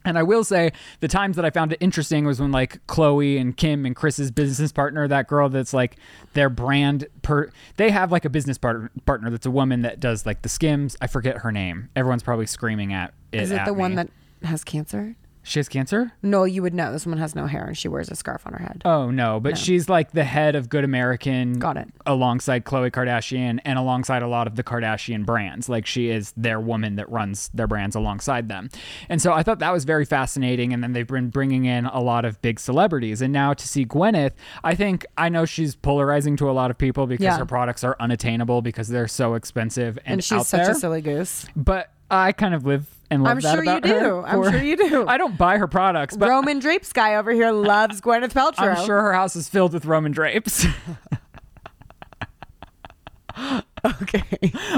B: And I will say the times that I found it interesting was when like Chloe and Kim and Chris's business partner, that girl that's like their brand per they have like a business partner partner that's a woman that does like the skims. I forget her name. Everyone's probably screaming at it.
A: is it
B: at
A: the one
B: me.
A: that has cancer?
B: she has cancer?
A: No, you would know. This woman has no hair and she wears a scarf on her head.
B: Oh no, but she's like the head of Good American.
A: Got it.
B: Alongside Khloe Kardashian and alongside a lot of the Kardashian brands. Like she is their woman that runs their brands alongside them. And so I thought that was very fascinating. And then they've been bringing in a lot of big celebrities. And now to see Gwyneth, I think I know she's polarizing to a lot of people because
A: Yeah.
B: her products are unattainable because they're so expensive and,
A: and she's
B: out
A: such
B: there.
A: a silly goose.
B: but I kind of live and love
A: I'm
B: that
A: sure you
B: about her
A: do. I'm
B: for-
A: sure you do.
B: I don't buy her products, but
A: Roman Drapes guy over here loves Gwyneth Paltrow.
B: I'm sure her house is filled with Roman drapes.
A: Okay.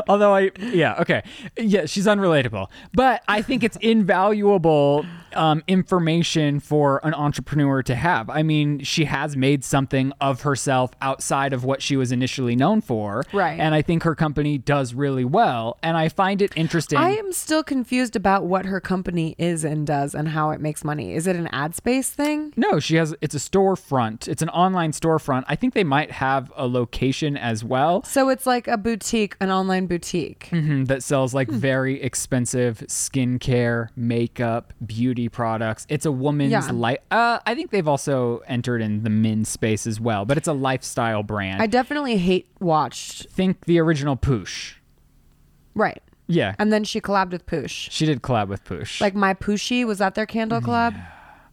B: Although I, yeah, okay, yeah, she's unrelatable, but I think it's invaluable um, information for an entrepreneur to have. I mean, she has made something of herself outside of what she was initially known for,
A: Right.
B: And I think her company does really well, and I find it interesting.
A: I am still confused about what her company is and does and how it makes money. Is it an ad space thing?
B: no, she has. It's a storefront. It's an online storefront. I think they might have a location as well.
A: So it's like a boutique, an online boutique.
B: Mhm, that sells like
A: Hmm.
B: very expensive skincare, makeup, beauty products. It's a woman's
A: Yeah.
B: life. Uh, I think they've also entered in the men's space as well, but it's a lifestyle brand.
A: I
B: I
A: definitely hate watched.
B: think the original Poosh.
A: Right.
B: Yeah,
A: And then she collabed with Poosh.
B: she did collab with Poosh.
A: Like my Pushy, was that their candle collab?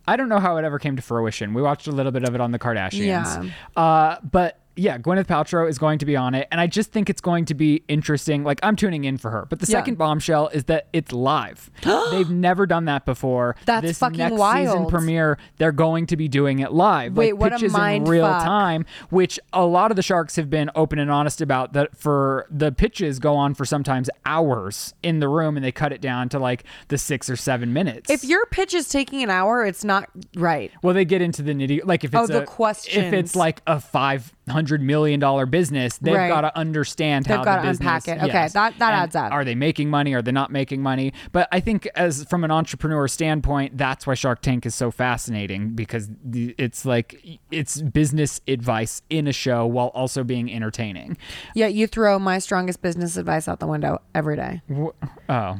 B: I don't know how it ever came to fruition. We watched a little bit of it on the Kardashians. Uh, but yeah, Gwyneth Paltrow is going to be on it, and I just think it's going to be interesting. Like I'm tuning in for her. But the
A: Yeah.
B: second bombshell is that it's live. They've never done that before.
A: That's
B: this
A: fucking
B: next Season
A: wild.
B: premiere, they're going to be doing it live.
A: Wait,
B: like,
A: what a
B: pitches in
A: mind
B: real
A: fuck.
B: time, which a lot of the sharks have been open and honest about. That for the pitches go on for sometimes hours in the room, and they cut it down to like the six or seven minutes.
A: If your pitch is taking an hour, it's not right.
B: Well, they get into the nitty. Like if it's
A: Oh, the
B: a, if it's
A: questions.
B: like a five hundred million dollar business, they've
A: Right.
B: got to understand
A: They've
B: how
A: gotta
B: the
A: unpack
B: business.
A: it. Okay, that- that
B: And
A: adds up.
B: Are they making money? Are they not making money? But I think as from an entrepreneur standpoint, that's why Shark Tank is so fascinating because the, it's like it's business advice in a show while also being entertaining.
A: Yet you throw my strongest business advice out the window every day.
B: Wh- Oh,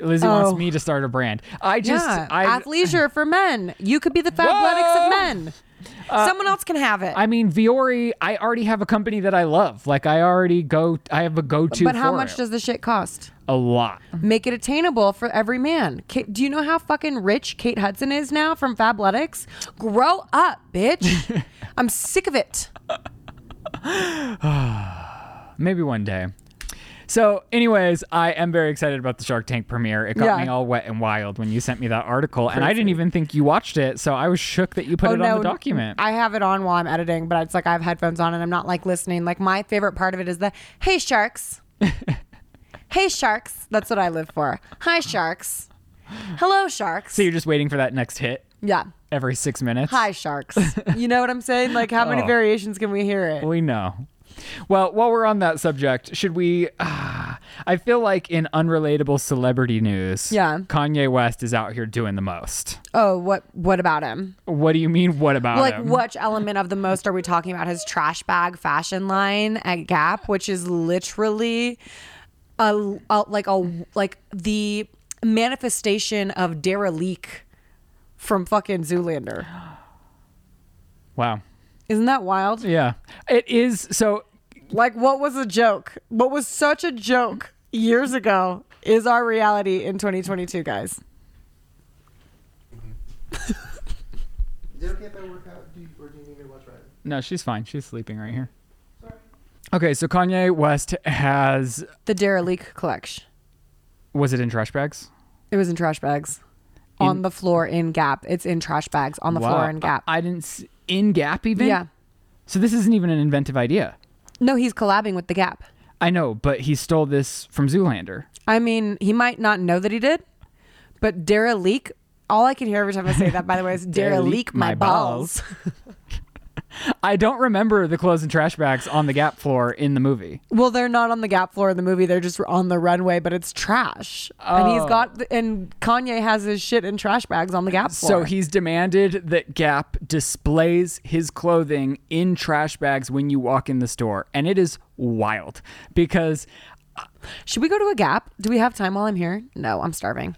B: Lizzie
A: Oh.
B: wants me to start a brand. I just
A: yeah,
B: I.
A: athleisure for men. You could be the fabletics
B: Whoa! Uh,
A: of men. Someone else can have it.
B: I mean, Viore, I already have a company that I love. Like, I already go, I have a go to.
A: but how much does the shit cost?
B: a lot?
A: Make it attainable for every man. Ka- do you know how fucking rich Kate Hudson is now from Fabletics? Grow up, bitch. I'm sick of it.
B: Maybe one day. So, anyways, I am very excited about the Shark Tank premiere. It got
A: Yeah.
B: me all wet and wild when you sent me that article, and I didn't even think you watched it. So I was shook that you
A: Oh,
B: put it on the document.
A: I have it on while I'm editing, but it's like I have headphones on and I'm not like listening. Like my favorite part of it is the hey sharks. hey sharks. That's what I live for. Hi sharks. Hello sharks.
B: so you're just waiting for that next hit
A: yeah.
B: every six minutes.
A: Hi sharks. you know what I'm saying? Like how many
B: Oh.
A: variations can we hear it?
B: We know. Well, while we're on that subject, should we? ah, I feel like in unrelatable celebrity news,
A: Yeah.
B: Kanye West is out here doing the most.
A: Oh, what what about him?
B: What do you mean? What about
A: Like um,
B: him?
A: which element of the most are we talking about? His trash bag fashion line at Gap, which is literally a, a like a like the manifestation of Dara Leak from fucking Zoolander.
B: Wow.
A: Isn't that wild?
B: Yeah. It is so
A: Like what was a joke? What was such a joke years ago is our reality in 2022, guys.
C: Did you get that workout? Do you, or do you need me to watch Ryan?
B: No, she's fine. She's sleeping right here.
C: Sorry.
B: Okay, so Kanye West has
A: The Dara Leak collection.
B: was it in trash bags?
A: It was in trash bags. on the floor in Gap. It's in trash bags on the floor in Gap.
B: I, I didn't s in Gap even.
A: yeah.
B: So this isn't even an inventive idea.
A: No, he's collabing with the Gap.
B: I know, but he stole this from Zoolander.
A: I mean, he might not know that he did, but Dara Leak. All I can hear every time I say that, by the way, is Dara
B: Derelict
A: Leak my,
B: my
A: balls.
B: I don't remember the clothes and trash bags on the Gap floor in the movie.
A: Well, they're not on the Gap floor in the movie. They're just on the runway, but it's trash. And he's
B: Oh.
A: got, and Kanye has his shit in trash bags on the Gap floor.
B: So he's demanded that Gap displays his clothing in trash bags when you walk in the store, and it is wild because
A: Should we go to a Gap? Do we have time while I'm here? No, I'm starving.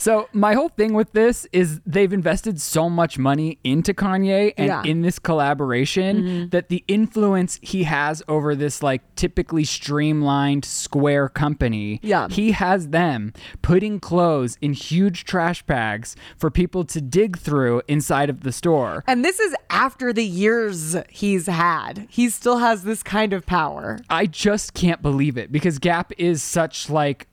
B: So my whole thing with this is they've invested so much money into Kanye and
A: Yeah. Mm-hmm.
B: in this collaboration that the influence he has over this like typically streamlined square company,
A: Yeah.
B: he has them putting clothes in huge trash bags for people to dig through inside of the store.
A: and this is after the years he's had. He still has this kind of power.
B: I just can't believe it because Gap is such like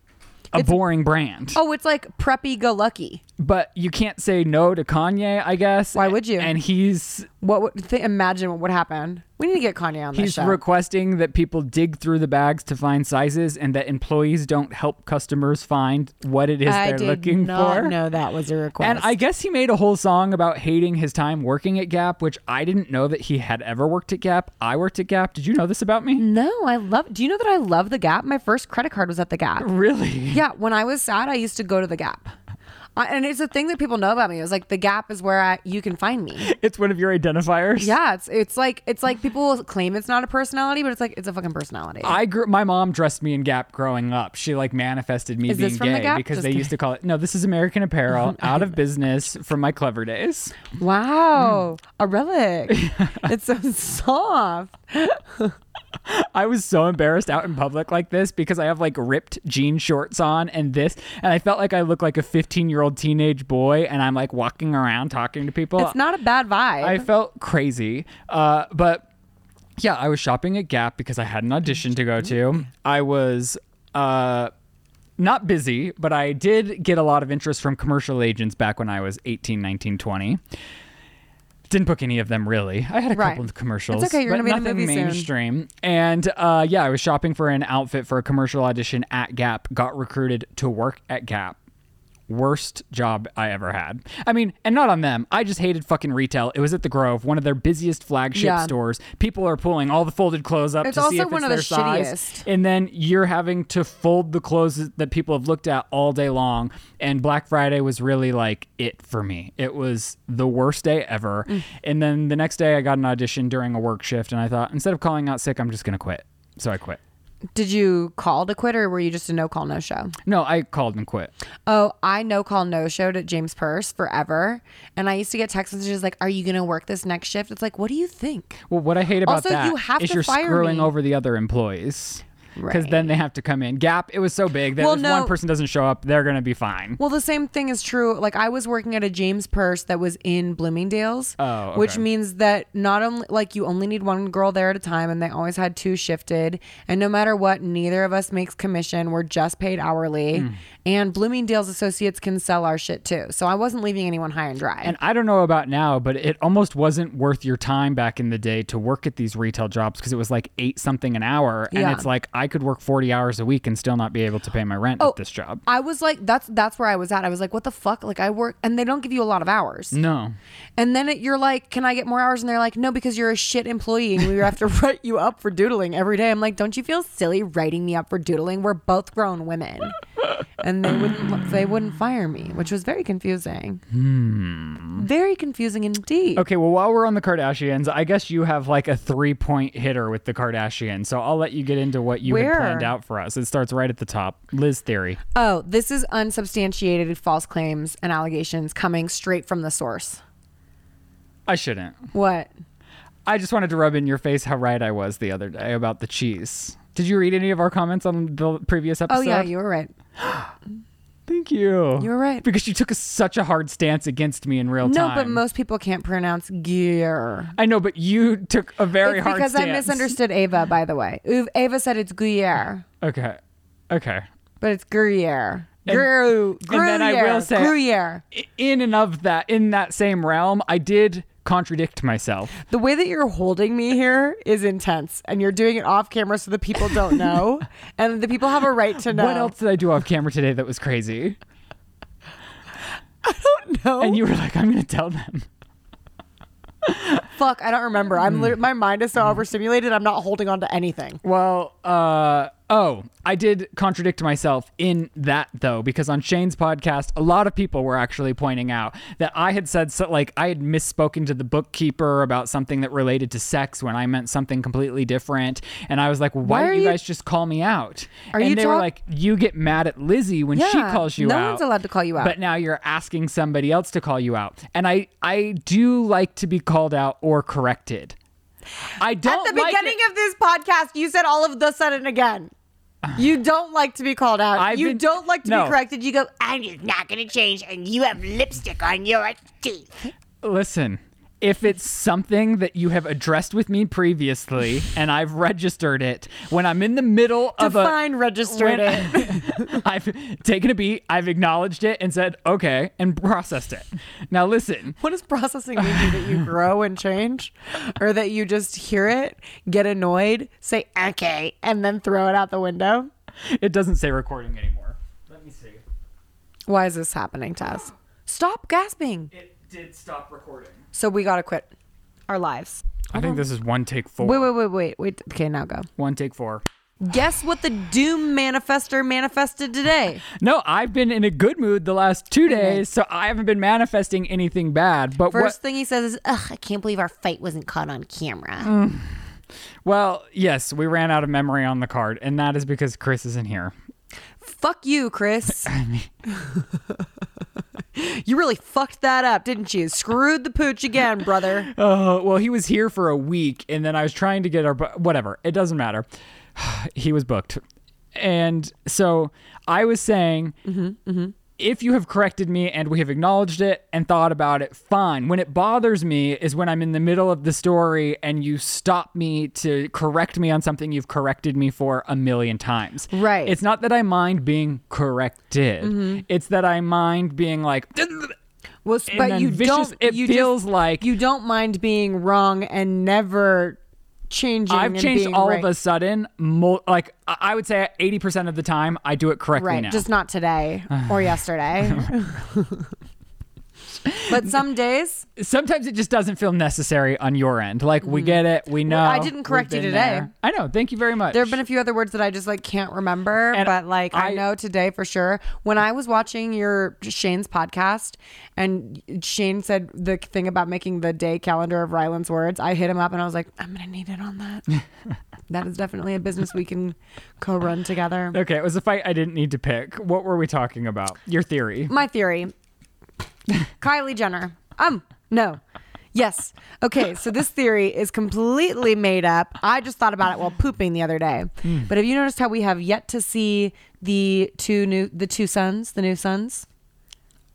B: a
A: It's-
B: boring brand.
A: Oh, it's like preppy go lucky.
B: But you can't say no to Kanye, I guess.
A: Why would you?
B: And he's
A: What would th- imagine what would happen? We need to get Kanye on this
B: he's
A: show.
B: requesting that people dig through the bags to find sizes and that employees don't help customers find what it is
A: I
B: they're
A: did
B: looking
A: not
B: for.
A: know that was a request.
B: And I guess he made a whole song about hating his time working at Gap, which I didn't know that he had ever worked at Gap. I worked at Gap. Did you know this about me?
A: no, I love. Do you know that I love the Gap? My first credit card was at the Gap.
B: Really?
A: Yeah, when I was sad, I used to go to the Gap, I, and it's a thing that people know about me. It was like the Gap is where I, you can find me.
B: It's one of your identifiers.
A: Yeah, it's it's like it's like people claim it's not a personality, but it's like it's a fucking personality.
B: I grew. My mom dressed me in Gap growing up. She like manifested me
A: Is
B: being
A: this from the
B: gay
A: Gap?
B: because
A: Just
B: they used to call it. No, this is American Apparel, out of business from my clever days.
A: wow,
B: Hmm.
A: a relic. it's so soft.
B: I was so embarrassed out in public like this because I have like ripped jean shorts on and this, and I felt like I looked like a 15 year old teenage boy, and I'm like walking around talking to people.
A: It's not a bad vibe.
B: I felt crazy. Uh, but yeah, I was shopping at Gap because I had an audition to go to. I was uh, not busy, but I did get a lot of interest from commercial agents back when I was 18, 19, 20. Didn't book any of them really. I had a
A: Right.
B: couple of commercials.
A: It's okay, you're
B: but
A: gonna be in a
B: nothing
A: movie soon.
B: mainstream. And uh, yeah, I was shopping for an outfit for a commercial audition at Gap. Got recruited to work at Gap. Worst job I ever had. I mean, and not on them. I just hated fucking retail. It was at the Grove, one of their busiest flagship
A: Yeah.
B: stores. People are pulling all the folded clothes up
A: It's
B: to see
A: also
B: if
A: one
B: it's
A: of the
B: their size,
A: shittiest.
B: and then you're having to fold the clothes that people have looked at all day long. And Black Friday was really like it for me. It was the worst day ever.
A: Mm.
B: And then the next day, I got an audition during a work shift, and I thought instead of calling out sick, I'm just gonna quit. So I quit.
A: Did you call to quit or were you just a no call, no show?
B: No, I called and quit.
A: Oh, I no call, no showed at James Purse forever. And I used to get text messages like, Are you going to work this next shift? It's like, What do you think?
B: Well, what I hate about
A: Also,
B: that
A: you have
B: is
A: to
B: you're
A: fire
B: screwing
A: me.
B: over the other employees. Because
A: Right.
B: then they have to come in. Gap, it was so big that
A: Well,
B: if
A: no.
B: one person doesn't show up, they're going to be fine.
A: Well, the same thing is true. Like, I was working at a James Purse that was in Bloomingdale's,
B: Oh,
A: which
B: okay.
A: means that not only, like, you only need one girl there at a time, and they always had two shifted. And no matter what, neither of us makes commission. We're just paid
B: Hmm.
A: hourly. And Bloomingdale's associates can sell our shit too. So I wasn't leaving anyone high and dry.
B: And I don't know about now, but it almost wasn't worth your time back in the day to work at these retail jobs because it was like eight something an hour.
A: Yeah.
B: And it's like I could work 40 hours a week and still not be able to pay my rent
A: Oh.
B: at this job.
A: I was like, that's that's where I was at. I was like, what the fuck? Like I work, and they don't give you a lot of hours.
B: No.
A: And then it, you're like, can I get more hours? And they're like, no, because you're a shit employee, and we have to write you up for doodling every day. I'm like, don't you feel silly writing me up for doodling? We're both grown women, and they wouldn't they wouldn't fire me, which was very confusing.
B: Hmm.
A: Very confusing indeed.
B: Okay, well, while we're on the Kardashians, I guess you have like a three point hitter with the Kardashians. So I'll let you get into what you
A: Where?
B: had planned out for us. It starts right at the top Liz Theory.
A: Oh, this is unsubstantiated false claims and allegations coming straight from the source.
B: I shouldn't.
A: What?
B: I just wanted to rub in your face how right I was the other day about the cheese. Did you read any of our comments on the previous episode?
A: Oh yeah, you were right.
B: Thank you.
A: You were right.
B: Because you took a, such a hard stance against me in real time.
A: No, but most people can't pronounce gear.
B: I know, but you took a very
A: it's
B: hard
A: because
B: stance.
A: I misunderstood Ava, by the way. Uv- Ava said it's Gruyere,
B: Okay. Okay.
A: but it's Gruyere. Gru-
B: and
A: Gruyere.
B: then I will say-
A: Gruyere.
B: I- In and of that, in that same realm, I did contradict myself.
A: The way that you're holding me here is intense, and you're doing it off camera so the people don't know, and the people have a right to know.
B: What else did I do off camera today that was crazy?
A: No.
B: And you were like, I'm going to tell them.
A: Fuck, I don't remember.
B: Hmm.
A: I'm lit my mind is so overstimulated. I'm not holding on to anything.
B: Well, uh, oh, I did contradict myself in that though, because on Shane's podcast, a lot of people were actually pointing out that I had said so, like I had misspoken to the bookkeeper about something that related to sex when I meant something completely different, and I was like, well, why,
A: Why
B: don't
A: are
B: you,
A: you-
B: guys just call me out?
A: Are
B: and
A: you
B: they were
A: talk-
B: like, you get mad at Lizzie when she
A: Yeah,
B: calls you
A: no
B: out.
A: one's allowed to call you out.
B: But now you're asking somebody else to call you out, and I I do like to be called out or corrected. I
A: At
B: don't
A: the
B: like it-
A: beginning of this podcast, you said all of the sudden again. You don't like to be called out.
B: I've
A: you
B: been-
A: don't like to
B: No.
A: be corrected. You go,
D: I'm just not gonna change, and you have lipstick on your teeth.
B: Listen, if it's something that you have addressed with me previously and I've registered it, when I'm in the middle of a
A: Define registered it.
B: it. I've taken a beat, I've acknowledged it and said, okay, and processed it. Now listen,
A: What does processing mean to you? That you grow and change? Or that you just hear it, get annoyed, say, okay, and then throw it out the window?
B: it doesn't say recording anymore. Let me see.
A: Why is this happening to us? Stop gasping.
B: It did stop recording.
A: So we got to quit our lives.
B: I think this is one take four.
A: Wait, wait, wait, wait, wait. Okay, now go.
B: One take four.
A: Guess what the doom manifester manifested today?
B: No, I've been in a good mood the last two days, so I haven't been manifesting anything bad. But
A: First
B: what?
A: thing he says is, ugh, I can't believe our fight wasn't caught on camera.
B: Well, yes, we ran out of memory on the card, and that is because Chris isn't here.
A: Fuck you, Chris. you really fucked that up, didn't you? Screwed the pooch again, brother.
B: Oh, well, he was here for a week, and then I was trying to get our bu- whatever. It doesn't matter. he was booked, and so I was saying.
A: Mm-hmm,
B: If you have corrected me and we have acknowledged it and thought about it, fine. When it bothers me is when I'm in the middle of the story and you stop me to correct me on something you've corrected me for a million times.
A: Right. Mm-hmm.
B: It's not that I mind being corrected. It's that I mind being like
A: Well, s-
B: And
A: but
B: then
A: you
B: vicious-
A: don't.
B: it
A: you
B: feels
A: just-
B: like-
A: you don't mind being wrong and never changing.
B: I've
A: and
B: changed
A: being
B: all
A: right.
B: of a sudden. Mul- like I I would say, eighty percent of the time, I do it correctly
A: Right,
B: now.
A: just not today or yesterday. but some days
B: Sometimes it just doesn't feel necessary on your end. Like we get it, we know.
A: I didn't
B: we've
A: correct you
B: been
A: today.
B: there. I know. Thank you very much.
A: There have been a few other words that I just like can't remember,
B: And
A: but like I,
B: I-
A: know today for sure. When I was watching your Shane's podcast and Shane said the thing about making the day calendar of Ryland's words, I hit him up and I was like, I'm gonna need it on that. that is definitely a business we can co-run together.
B: okay, it was a fight I didn't need to pick. What were we talking about? Your theory.
A: My theory. Kylie Jenner. Um, no. Yes. Okay, so this theory is completely made up. I just thought about it while pooping the other day.
B: Hmm.
A: But have you noticed how we have yet to see the two new the two sons, the new sons?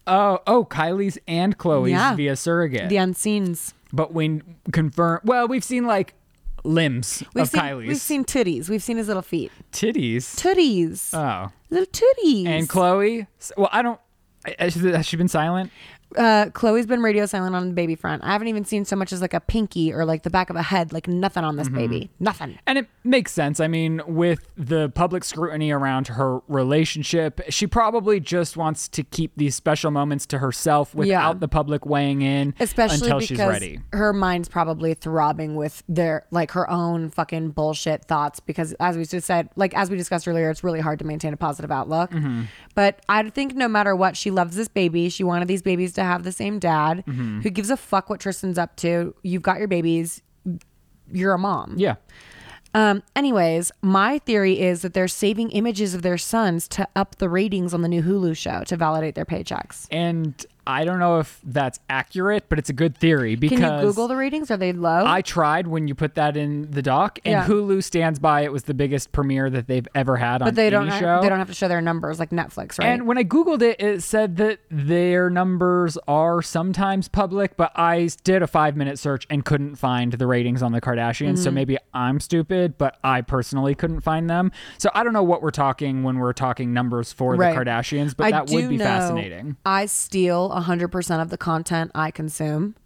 B: Oh, oh, Kylie's and Chloe's
A: Yeah.
B: via surrogate.
A: The unseens.
B: But when confirm, well, we've seen like limbs
A: We've
B: of
A: seen
B: Kylie's.
A: we've seen titties. We've seen his little feet.
B: titties.
A: Titties.
B: oh,
A: little titties.
B: and Chloe. s- Well, I don't. I- I- Has she been silent?
A: uh, Chloe's been radio silent on the baby front. I haven't even seen so much as like a pinky or like the back of a head, like nothing on this
B: Mm-hmm.
A: baby. Nothing.
B: And it makes sense. I mean, with the public scrutiny around her relationship, she probably just wants to keep these special moments to herself without the public weighing in
A: especially
B: until
A: because
B: she's ready.
A: her mind's probably throbbing with their like her own fucking bullshit thoughts because as we just said like as we discussed earlier it's really hard to maintain a positive outlook
B: Mm-hmm.
A: but i think no matter what she loves this baby she wanted these babies to have the same dad
B: Mm-hmm.
A: who gives a fuck what tristan's up to you've got your babies you're a mom
B: Yeah.
A: um anyways my theory is that they're saving images of their sons to up the ratings on the new hulu show to validate their paychecks
B: And I don't know if that's accurate, but it's a good theory because
A: can you google the ratings are they low
B: I tried when you put that in the doc, and
A: Yeah.
B: Hulu stands by it was the biggest premiere that they've ever had on
A: But they don't.
B: any show.
A: Have, they don't have to show their numbers like Netflix, right?
B: And when I Googled it, it said that their numbers are sometimes public, but I s- did a five minute search and couldn't find the ratings on the Kardashians.
A: Mm.
B: So maybe I'm stupid, but I personally couldn't find them. So I don't know what we're talking when we're talking numbers for
A: Right.
B: the Kardashians, but
A: I
B: that would
A: do
B: be
A: know
B: fascinating.
A: I steal hundred percent of the content I consume,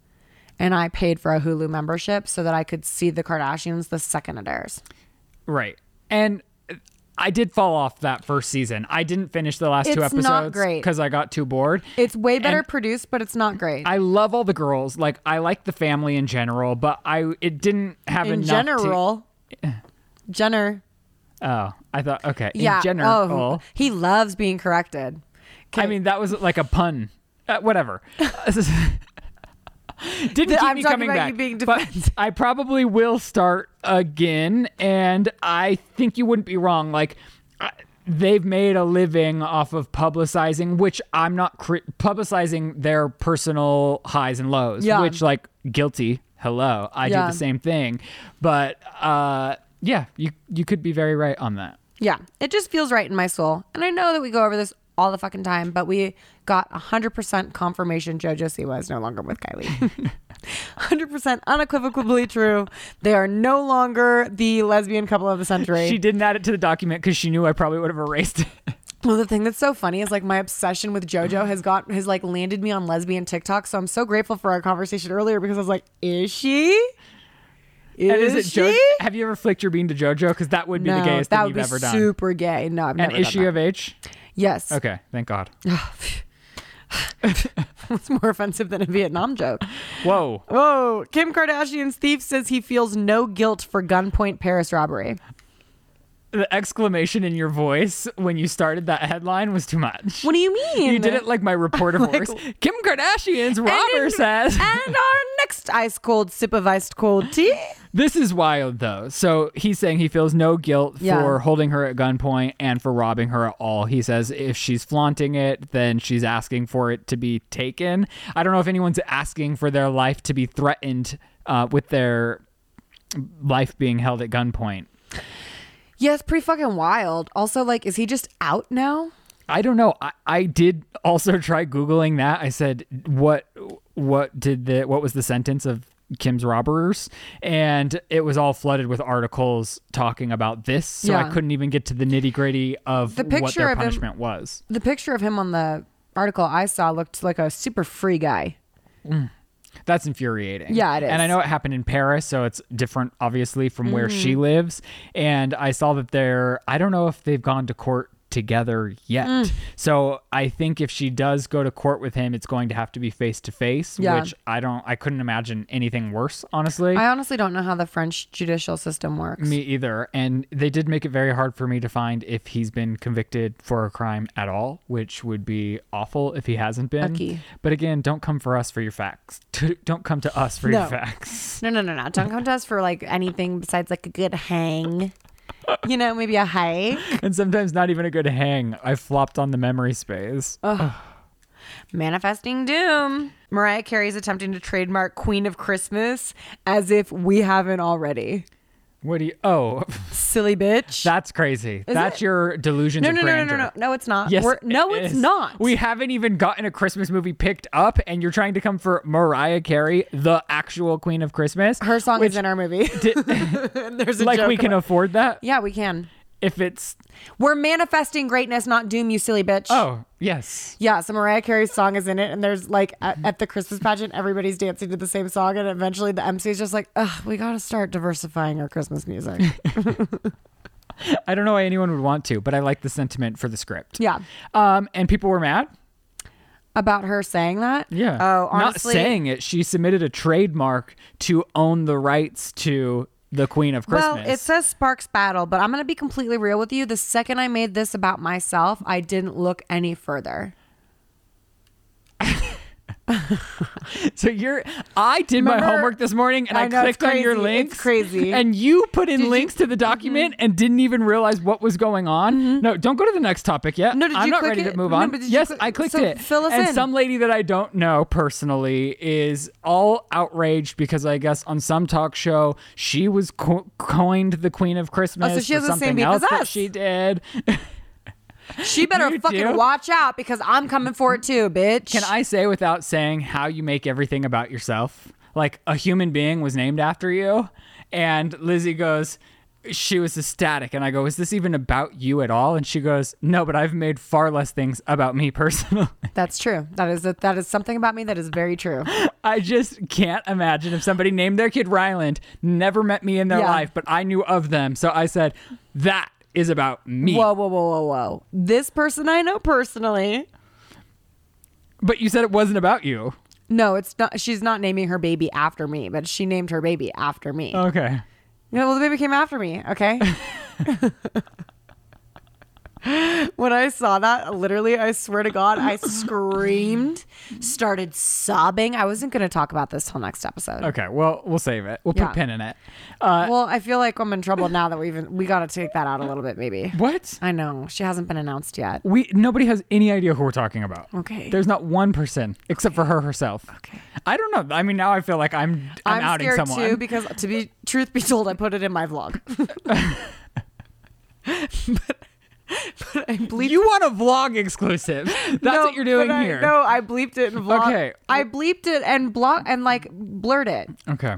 A: and I paid for a Hulu membership so that I could see the Kardashians the second it airs.
B: Right. And uh, I did fall off that first season. I didn't finish the last two
A: It's not
B: episodes
A: great.
B: because I got too bored.
A: It's way better
B: And-
A: produced, but it's not great.
B: I love all the girls. Like I like the family in general, but I it didn't have
A: in
B: enough to-
A: general, Jenner,
B: Oh, I thought okay.
A: yeah,
B: in general,
A: oh, he loves being corrected.
B: I mean that was like a pun. Uh, whatever. Didn't keep
A: I'm
B: me
A: talking
B: coming
A: about
B: back.
A: you being
B: but
A: defensive.
B: I probably will start again, and I think you wouldn't be wrong. Like. I, They've made a living off of publicizing, which I'm not cri- publicizing their personal highs and lows,
A: Yeah.
B: which, like, guilty. Hello. I
A: Yeah.
B: do the same thing. But uh, yeah, you, you could be very right on that.
A: Yeah, it just feels right in my soul. And I know that we go over this all the fucking time, but we got 100% confirmation JoJo Siwa is no longer with Kylie. 100% unequivocally true. They are no longer the lesbian couple of the century.
B: She didn't add it to the document because she knew I probably would have erased it.
A: Well, the thing that's so funny is like my obsession with JoJo has got has like landed me on lesbian TikTok. So I'm so grateful for our conversation earlier because I was like, is she? Is,
B: and is it
A: she?
B: Jo- Have you ever flicked your bean to JoJo? Because that would be the
A: no,
B: gayest
A: that
B: thing
A: would
B: you've
A: be
B: ever done.
A: super gay. No, I've
B: and
A: never
B: is
A: done
B: she
A: that.
B: of age?
A: Yes.
B: Okay, thank God.
A: it's more offensive than a Vietnam joke.
B: Whoa.
A: Whoa. Oh, Kim Kardashian's thief says he feels no guilt for gunpoint Paris robbery.
B: The exclamation in your voice when you started that headline was too much.
A: What do you mean?
B: You did it like my reporter voice. Kim Kardashian's robber
A: And-
B: says.
A: And our next ice cold sip of ice cold tea.
B: This is wild, though. So he's saying he feels no guilt
A: Yeah.
B: for holding her at gunpoint and for robbing her at all. He says if she's flaunting it, then she's asking for it to be taken. I don't know if anyone's asking for their life to be threatened uh, with their life being held at gunpoint.
A: Yeah, it's pretty fucking wild. Also, like, is he just out now?
B: I don't know. I, I did also try googling that. I said what what did the what was the sentence of Kim's robbers? And it was all flooded with articles talking about this, so I
A: Yeah.
B: couldn't even get to the nitty gritty of
A: The
B: what
A: picture
B: their
A: of him-
B: punishment was.
A: The picture of him on the article I saw looked like a super free guy.
B: That's infuriating.
A: Yeah, it
B: And I
A: is.
B: know it happened in Paris, so it's different, obviously, from where she
A: Mm-hmm.
B: lives. And I saw that they're, I don't know if they've gone to court together yet.
A: Mm.
B: So I think if she does go to court with him, it's going to have to be face to face,
A: Yeah.
B: which I don't, I couldn't imagine anything worse, honestly.
A: I honestly don't know how the French judicial system works.
B: me either. And they did make it very hard for me to find if he's been convicted for a crime at all, which would be awful if he hasn't been.
A: Ucky.
B: But again, don't come for us for your facts. Don't come to us for your
A: No.
B: facts.
A: No, no, no, no. Don't come to us for like anything besides like a good hang. You know, maybe a hike.
B: and sometimes not even a good hang. I flopped on the memory space.
A: Uh, Manifesting doom. Mariah Carey's attempting to trademark Queen of Christmas as if we haven't already.
B: what do you? Oh,
A: Silly bitch.
B: that's crazy. that's your delusions
A: no,
B: of
A: no, no, no,
B: grandeur.
A: no, no. No, it's not.
B: Yes,
A: We're, no,
B: it
A: it's
B: is.
A: not.
B: We haven't even gotten a Christmas movie picked up, and you're trying to come for Mariah Carey, the actual Queen of Christmas.
A: Her song
B: which
A: is in our movie. and there's a
B: like we
A: joke
B: can
A: about-
B: afford that
A: yeah, we can.
B: if it's.
A: We're manifesting greatness, not doom, you silly bitch.
B: Oh yes.
A: Yeah, so Mariah Carey's song is in it, and there's like at, at the Christmas pageant, everybody's dancing to the same song, and eventually the MC is just like, ugh, we gotta start diversifying our Christmas music.
B: I don't know why anyone would want to, but I like the sentiment for the script.
A: Yeah.
B: Um, and people were mad.
A: About her saying that?
B: Yeah.
A: Oh, honestly.
B: Not saying it. She submitted a trademark to own the rights to the Queen of Christmas.
A: Well, it says sparks battle, but I'm gonna be completely real with you. The second I made this about myself, I didn't look any further.
B: so you're. I did my
A: Remember-
B: homework this morning and I,
A: I know, it's
B: clicked on your
A: crazy. It's
B: links.
A: crazy.
B: And you put in
A: you- Mm-hmm.
B: links to the document and didn't even realize what was going on. No, don't go to the next topic yet.
A: No, did
B: I'm
A: you
B: not
A: click
B: ready to
A: it?
B: move
A: No,
B: on.
A: but did you
B: yes,
A: click-
B: I clicked
A: so
B: it.
A: fill us
B: and
A: in.
B: some lady that I don't know personally is all outraged because I guess on some talk show she was co- coined the Queen of Christmas.
A: Oh, she
B: for
A: has the same
B: something
A: beef
B: else
A: as
B: that
A: us.
B: she did.
A: She better
B: You
A: fucking
B: do?
A: watch out because I'm coming for it too, bitch.
B: Can I say without saying how you make everything about yourself? Like a human being was named after you, and Lizzie goes, she was ecstatic, and I go, is this even about you at all? And she goes, no, but I've made far less things about me personally.
A: That's true. That is that is something about me that is very true.
B: I just can't imagine if somebody named their kid Ryland, never met me in their
A: Yeah.
B: life, but I knew of them, so I said, that is about me.
A: Whoa, whoa, whoa, whoa, whoa. This person I know personally.
B: but you said it wasn't about you.
A: No, it's not. She's not naming her baby after me, but she named her baby after me.
B: Okay.
A: Yeah, well, the baby came after me. Okay. when I saw that, literally, I swear to God, I screamed, started sobbing. I wasn't going to talk about this till next episode.
B: Okay. Uh, Well, we'll save it. We'll put
A: Yeah.
B: a pin in it.
A: Well, I feel like I'm in trouble now that we even we got to take that out a little bit, maybe.
B: What?
A: I know she hasn't been announced yet.
B: We nobody has any idea who we're talking about.
A: Okay.
B: There's not one person except for her herself.
A: Okay.
B: I don't know. I mean, now I feel like I'm I'm, outing
A: scared
B: someone.
A: too because, to be truth be told, I put it in my vlog. but, but I bleeped.
B: You want a vlog exclusive. That's
A: No,
B: what you're doing
A: but I-
B: here.
A: No, I bleeped it and vlog.
B: Okay.
A: I bleeped it and block and like blurred it,
B: Okay.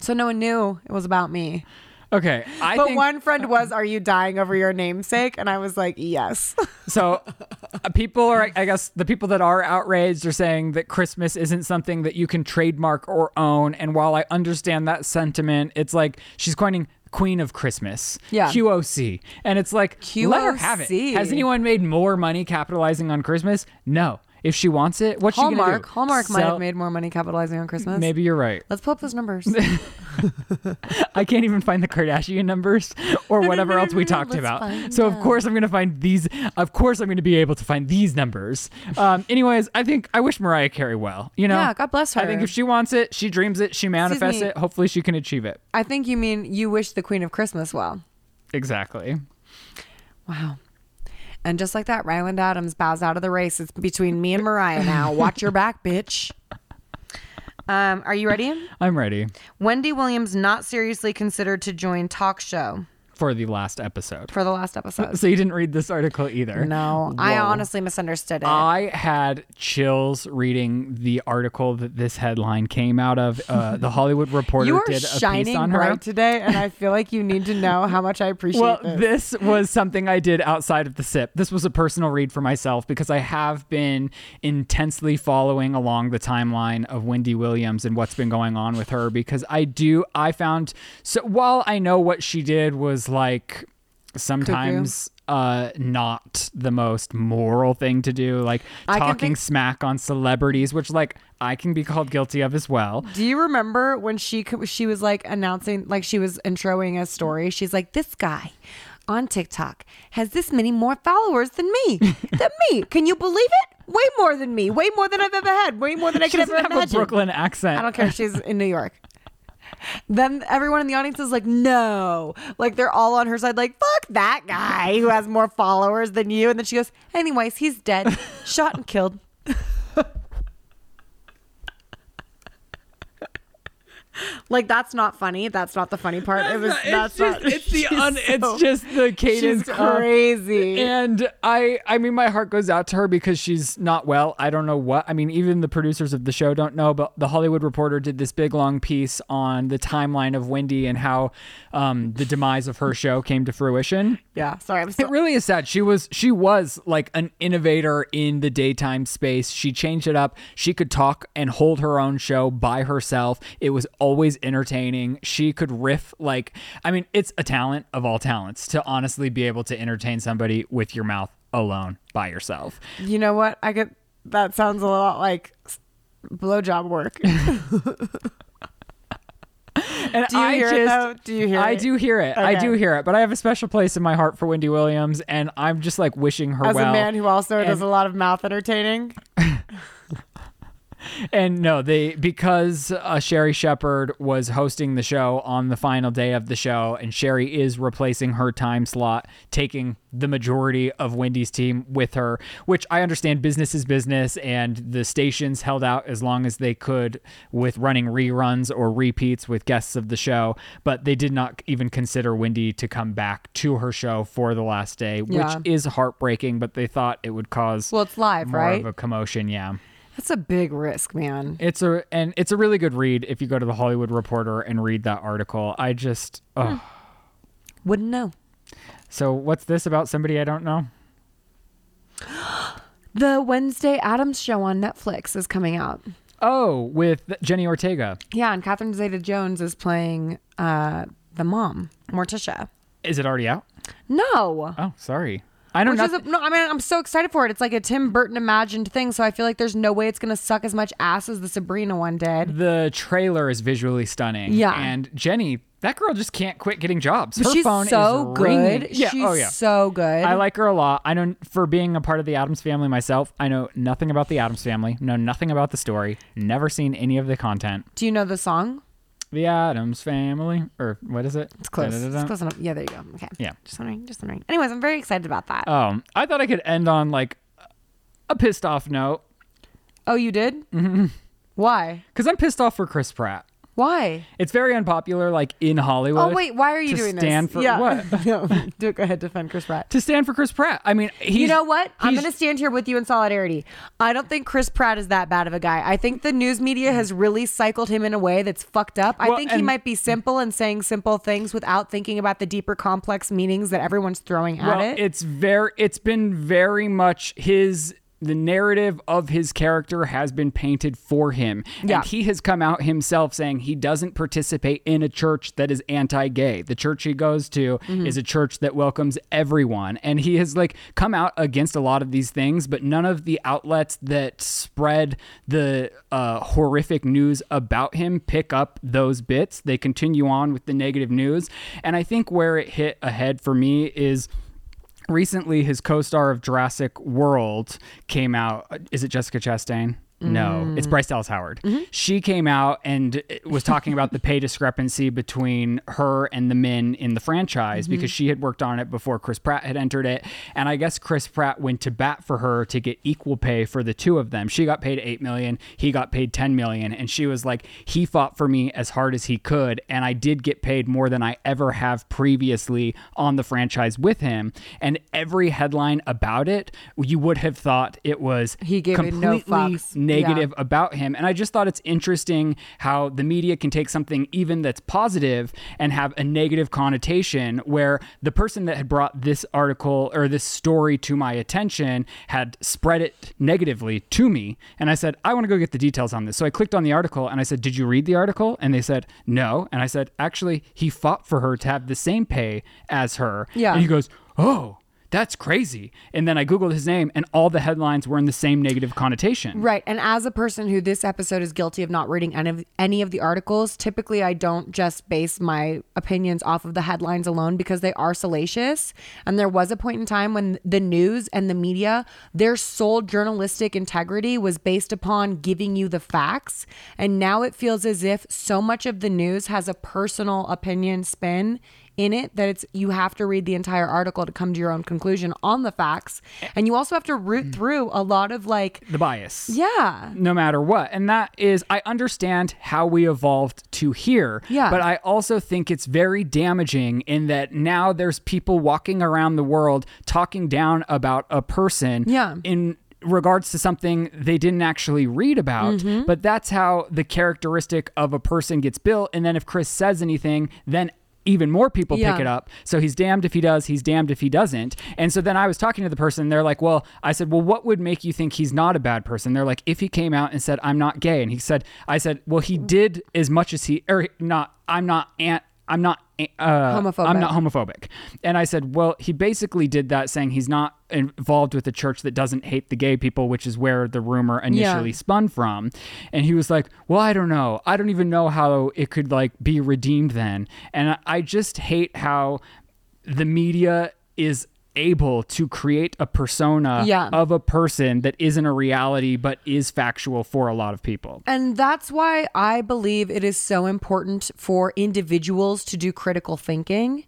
A: so no one knew it was about me.
B: Okay. I
A: but
B: think uh,
A: one friend was, "Are you dying over your namesake?" And I was like, "Yes."
B: so. uh, People are, I guess, the people that are outraged are saying that Christmas isn't something that you can trademark or own. And while I understand that sentiment, it's like she's coining Queen of Christmas,
A: Yeah.
B: QOC, and it's like let her have it.
A: QOC.
B: Has anyone made more money capitalizing on Christmas? No. If she wants it, what's she gonna
A: Hallmark.
B: do?
A: Hallmark might
B: Sell-
A: have made more money capitalizing on Christmas.
B: Maybe you're right.
A: Let's pull up those numbers.
B: I can't even find the Kardashian numbers or whatever else we talked
A: Let's
B: about.
A: find
B: So of
A: out.
B: course I'm gonna find these. Of course I'm gonna be able to find these numbers. Um, anyways, I think I wish Mariah Carey well. You know,
A: Yeah, God bless
B: I think
A: her.
B: if she wants it, she dreams it, she manifests
A: me.
B: it. Hopefully she can achieve it.
A: I think you mean you wish the Queen of Christmas well.
B: Exactly.
A: Wow. And just like that, Ryland Adams bows out of the race. It's between me and Mariah now. Watch your back, bitch. Um, are you ready?
B: I'm ready
A: Wendy Williams not seriously considered to join talk show
B: for the last episode.
A: for the last episode.
B: So you didn't read this article either.
A: No, I
B: Whoa.
A: honestly misunderstood it.
B: I had chills reading the article that this headline came out of. Uh, the Hollywood Reporter
A: you are
B: did a piece
A: shining
B: on her.
A: bright today, and I feel like you need to know how much I appreciate
B: Well,
A: this.
B: this was something I did outside of the sip. This was a personal read for myself because I have been intensely following along the timeline of Wendy Williams and what's been going on with her because I do, I found, so while I know what she did was like sometimes. Uh, not the most moral thing to do, like
A: I can
B: talking
A: think-
B: smack on celebrities, which like I can be called guilty of as well.
A: Do you remember when she co- she was like announcing, like she was introing a story? She's like, "This guy on TikTok has this many more followers than me, than me. Can you believe it? Way more than me. Way more than I've ever had. Way more than I
B: She
A: could ever
B: doesn't have a
A: imagine."
B: Brooklyn accent.
A: I don't care. if She's in New York. Then everyone in the audience is like, no. Like they're all on her side, like, fuck that guy who has more followers than you. And then she goes, anyways, he's dead, shot and killed. like that's not funny. That's not the funny part. it was that's not,
B: it's the
A: she's
B: un,
A: so-
B: it's just uh, the cadence
A: she's
B: of-
A: crazy.
B: and I I mean my heart goes out to her because she's not well. I don't know what. I mean even the producers of the show don't know, but the Hollywood Reporter did this big long piece on the timeline of Wendy and how um, the demise of her show came to fruition.
A: yeah, sorry. I'm still,
B: It really is sad. She was she was like an innovator in the daytime space. She changed it up. She could talk and hold her own show by herself. It was always entertaining. She could riff like I mean, it's a talent of all talents to honestly be able to entertain somebody with your mouth alone by yourself.
A: you know what? I get that sounds a lot like s- blowjob work.
B: And
A: Do you
B: I
A: hear
B: just
A: it though? Do you hear
B: I
A: it?
B: do hear it. I
A: Okay.
B: do hear it. But I have a special place in my heart for Wendy Williams and I'm just like wishing her
A: As
B: well.
A: a man who also does
B: and-
A: a lot of mouth entertaining.
B: And no, they because uh, Sherry Shepard was hosting the show on the final day of the show, and Sherry is replacing her time slot, taking the majority of Wendy's team with her. Which I understand, business is business, and the stations held out as long as they could with running reruns or repeats with guests of the show, but they did not even consider Wendy to come back to her show for the last day,
A: Yeah.
B: which is heartbreaking. But they thought it would cause
A: Well, it's live,
B: more
A: right?
B: of a commotion. Yeah.
A: That's a big risk, man.
B: It's a and it's a really good read if you go to the Hollywood Reporter and read that article. I just
A: Hmm.
B: oh.
A: Wouldn't know.
B: So what's this about somebody I don't know?
A: The Wednesday Adams show on Netflix is coming out.
B: Oh, with Jenny Ortega.
A: Yeah, and Catherine Zeta Jones is playing uh, the mom, Morticia.
B: Is it already out?
A: No.
B: Oh, sorry. I don't
A: Which
B: know.
A: is a, no, I mean, I'm so excited for it. It's like a Tim Burton imagined thing, so I feel like there's no way it's gonna suck as much ass as the Sabrina one did.
B: the trailer is visually stunning.
A: Yeah.
B: And Jenny, that girl just can't quit getting jobs. Her
A: But she's
B: phone
A: so
B: is ringing.
A: good.
B: Yeah.
A: She's
B: oh yeah.
A: so good.
B: I like her a lot. I know for being a part of the Adams family myself, I know nothing about the Adams family, know nothing about the story, never seen any of the content.
A: Do you know the song?
B: The Adams family, or what is it?
A: It's close.
B: Da-da-da-da.
A: It's close enough. Yeah, there you go. Okay.
B: Yeah.
A: Just wondering. Just wondering. Anyways, I'm very excited about that.
B: Um, I thought I could end on like a pissed off note
A: oh, you did? Mm-hmm. Why?
B: because I'm pissed off for Chris Pratt.
A: Why?
B: It's very unpopular, like in Hollywood.
A: Oh wait, why are you
B: to
A: doing
B: stand
A: this?
B: for
A: yeah.
B: what?
A: no, do, go ahead, defend Chris Pratt.
B: To stand for Chris Pratt. I mean, he's,
A: you know what? I'm
B: he's-
A: going to stand here with you in solidarity. I don't think Chris Pratt is that bad of a guy. I think the news media has really cycled him in a way that's fucked up. I
B: Well,
A: think he
B: and-
A: might be simple and saying simple things without thinking about the deeper, complex meanings that everyone's throwing at
B: well,
A: it.
B: It's very. It's been very much his. The narrative of his character has been painted for him,
A: Yeah.
B: and he has come out himself saying he doesn't participate in a church that is anti-gay. The church he goes to
A: Mm-hmm.
B: is a church that welcomes everyone, and he has like come out against a lot of these things, but none of the outlets that spread the uh, horrific news about him pick up those bits. They continue on with the negative news, and I think where it hit ahead for me is recently his co-star of Jurassic World came out. Is it Jessica Chastain? No, it's Bryce Dallas Howard. She came out and was talking about the pay discrepancy between her and the men in the franchise because she had worked on it before Chris Pratt had entered it. And I guess Chris Pratt went to bat for her to get equal pay for the two of them. She got paid 8 million, he got paid 10 million, and she was like, "He fought for me as hard as he could and I did get paid more than I ever have previously on the franchise with him." And every headline about it, you would have thought it was
A: He gave a no
B: completely
A: fucks.
B: negative
A: Yeah.
B: about him. And I just thought it's interesting how the media can take something even that's positive and have a negative connotation where the person that had brought this article or this story to my attention had spread it negatively to me. And I said, I want to go get the details on this. So I clicked on the article and I said, Did you read the article? And they said, No. And I said, Actually, he fought for her to have the same pay as her.
A: Yeah.
B: And he goes, Oh, that's crazy. And then I Googled his name, and all the headlines were in the same negative connotation.
A: Right. And as a person who this episode is guilty of not reading any of, any of the articles, typically I don't just base my opinions off of the headlines alone because they are salacious. And there was a point in time when the news and the media, their sole journalistic integrity was based upon giving you the facts. And now it feels as if so much of the news has a personal opinion spin in it that it's you have to read the entire article to come to your own conclusion on the facts and you also have to root through a lot of like
B: The bias.
A: yeah.
B: No matter what. And that is, I understand how we evolved to here.
A: Yeah.
B: But I also think it's very damaging in that now there's people walking around the world talking down about a person
A: Yeah.
B: in regards to something they didn't actually read about
A: Mm-hmm.
B: but that's how the characteristic of a person gets built and then if chris says anything then even more people
A: Yeah.
B: pick it up so he's damned if he does he's damned if he doesn't and so then i was talking to the person they're like well i said well what would make you think he's not a bad person they're like if he came out and said i'm not gay and he said i said well he
A: Mm.
B: did as much as he or not i'm not ant i'm not uh,
A: Homophobic.
B: i'm not homophobic. And I said, well, he basically did that saying he's not involved with a church that doesn't hate the gay people, which is where the rumor initially spun from. And he was like, well, I don't know. I don't even know how it could like be redeemed then. And I- I just hate how the media is able to create a persona
A: Yeah.
B: of a person that isn't a reality but is factual for a lot of people.
A: And that's why I believe it is so important for individuals to do critical thinking.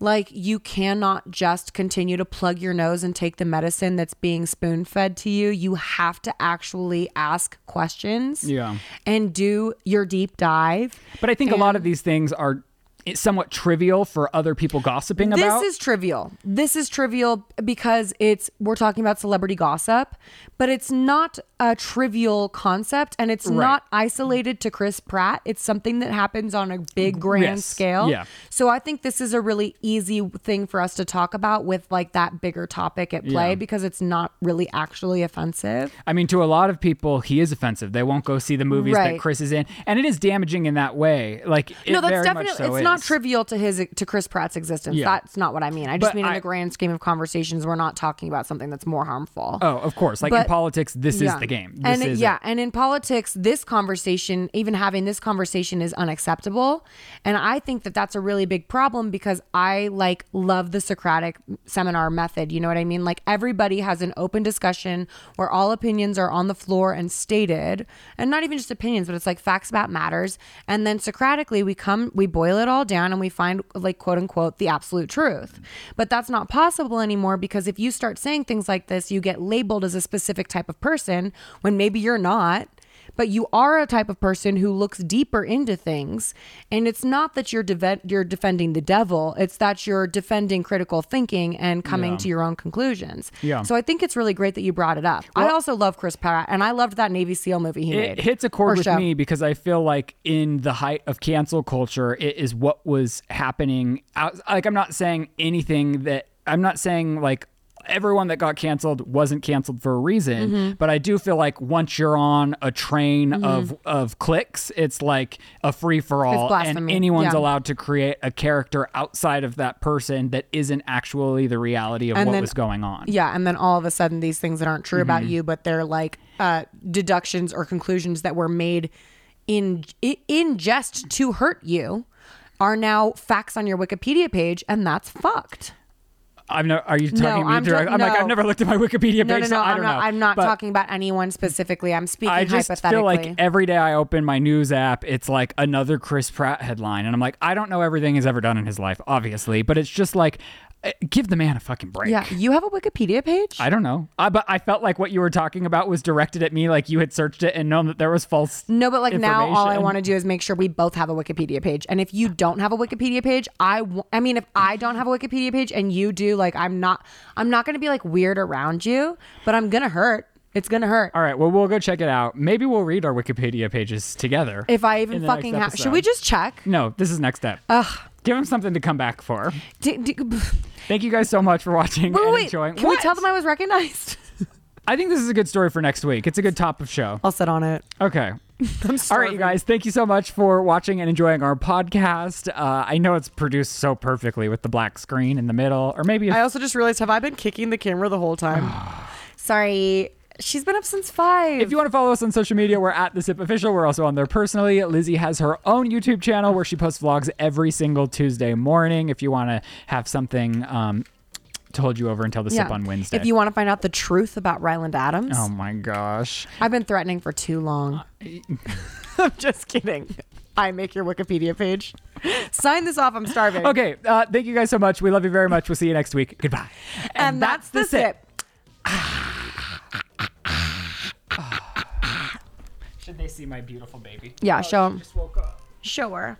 A: Like, you cannot just continue to plug your nose and take the medicine that's being spoon fed to you. You have to actually ask questions
B: Yeah.
A: and do your deep dive.
B: But I think a lot of these things are somewhat trivial for other people gossiping about.
A: This is trivial. This is trivial because it's we're talking about celebrity gossip, but it's not a trivial concept and it's not isolated to Chris Pratt. It's something that happens on a big grand
B: Mm, Yes.
A: scale.
B: Yeah.
A: So I think this is a really easy thing for us to talk about with like that bigger topic at play
B: Yeah.
A: because it's not really actually offensive.
B: I mean, to a lot of people, he is offensive. They won't go see the movies
A: Right.
B: that Chris is in, and it is damaging in that way. Like, it
A: no,
B: very
A: that's
B: much
A: definitely
B: so
A: it's not
B: is.
A: trivial to his to Chris Pratt's existence.
B: Yeah.
A: That's not what I mean. I just
B: But
A: mean in
B: I-
A: the grand scheme of conversations, we're not talking about something that's more harmful.
B: Oh, of course. Like in
A: But-
B: politics, this
A: Yeah.
B: is the game. This
A: and
B: is
A: yeah,
B: it.
A: and in politics, this conversation, even having this conversation, is unacceptable. And I think that that's a really big problem because I like love the Socratic seminar method. You know what I mean? Like everybody has an open discussion where all opinions are on the floor and stated, and not even just opinions, but it's like facts about matters. And then Socratically, we come, we boil it all down, and we find like quote unquote the absolute truth. But that's not possible anymore because if you start saying things like this, you get labeled as a specific type of person when maybe you're not. but you are a type of person who looks deeper into things. And it's not that you're deve- you're defending the devil; it's that you're defending critical thinking and coming
B: Yeah.
A: to your own conclusions.
B: Yeah.
A: So I think it's really great that you brought it up. I also love Chris Pratt, and I loved that Navy SEAL movie he made.
B: It hits a chord
A: Or
B: with
A: show.
B: me because I feel like in the height of cancel culture, it is what was happening. Out, like I'm not saying anything that I'm not saying like everyone that got canceled wasn't canceled for a reason,
A: Mm-hmm.
B: but I do feel like once you're on a train of of clicks, it's like a free for all, and
A: blasphemy.
B: anyone's
A: Yeah.
B: allowed to create a character outside of that person that isn't actually the reality of
A: And
B: what
A: then-
B: was going on.
A: Yeah, and then all of a sudden, these things that aren't true
B: Mm-hmm.
A: about you, but they're like uh, deductions or conclusions that were made in i- in jest to hurt you, are now facts on your Wikipedia page, and that's fucked.
B: I'm not. Are you talking to me?
A: I'm
B: direct-
A: just-
B: I'm like
A: no.
B: I've never looked at my Wikipedia page.
A: No, no,
B: so
A: no.
B: I
A: I'm
B: don't
A: not.
B: know.
A: I'm not
B: But-
A: talking about anyone specifically. I'm speaking
B: I just
A: hypothetically.
B: feel like every day I open my news app, it's like another Chris Pratt headline, and I'm like, I don't know everything he's ever done in his life, obviously, but it's just like, eh, give the man a fucking break.
A: yeah, you have a Wikipedia page.
B: I don't know, I, but I felt like what you were talking about was directed at me, like you had searched it and known that there was false.
A: No, but like now, all I
B: information.
A: want to do is make sure we both have a Wikipedia page. And if you don't have a Wikipedia page, I, w- I mean, if I don't have a Wikipedia page and you do, like, I'm not, I'm not gonna be like weird around you, but I'm gonna hurt. It's gonna hurt.
B: All right, well, we'll go check it out. Maybe we'll read our Wikipedia pages together.
A: If I
B: in
A: even
B: the next
A: fucking have,
B: episode.
A: should we just check?
B: No, this is next step.
A: Ugh.
B: Give him something to come back for.
A: D- d- wait,
B: Thank you guys so much for watching and
A: wait,
B: enjoying.
A: can we tell them I was recognized?
B: I think this is a good story for next week. It's a good top of show.
A: I'll sit on it.
B: Okay. All right, you guys. Thank you so much for watching and enjoying our podcast. Uh, I know it's produced so perfectly with the black screen in the middle, or maybe.
A: I
B: If,
A: also just realized, have I been kicking the camera the whole time? Sorry, she's been up since five.
B: if you want to follow us on social media, we're at the Sip Official. We're also on there personally. Lizzie has her own YouTube channel where she posts vlogs every single Tuesday morning. If you want to have something um, told you over until the Sip on Wednesday.
A: If you want to find out the truth about Ryland Adams,
B: oh my gosh.
A: I've been threatening for too long. I'm just kidding. I make your Wikipedia page. Sign this off. I'm starving.
B: Okay. Uh, thank you guys so much. We love you very much. We'll see you next week. Goodbye.
A: And, that's, the sip.
B: Should they see my beautiful baby?
A: Yeah, show 'em.
B: Oh, Just woke up.
A: Show her.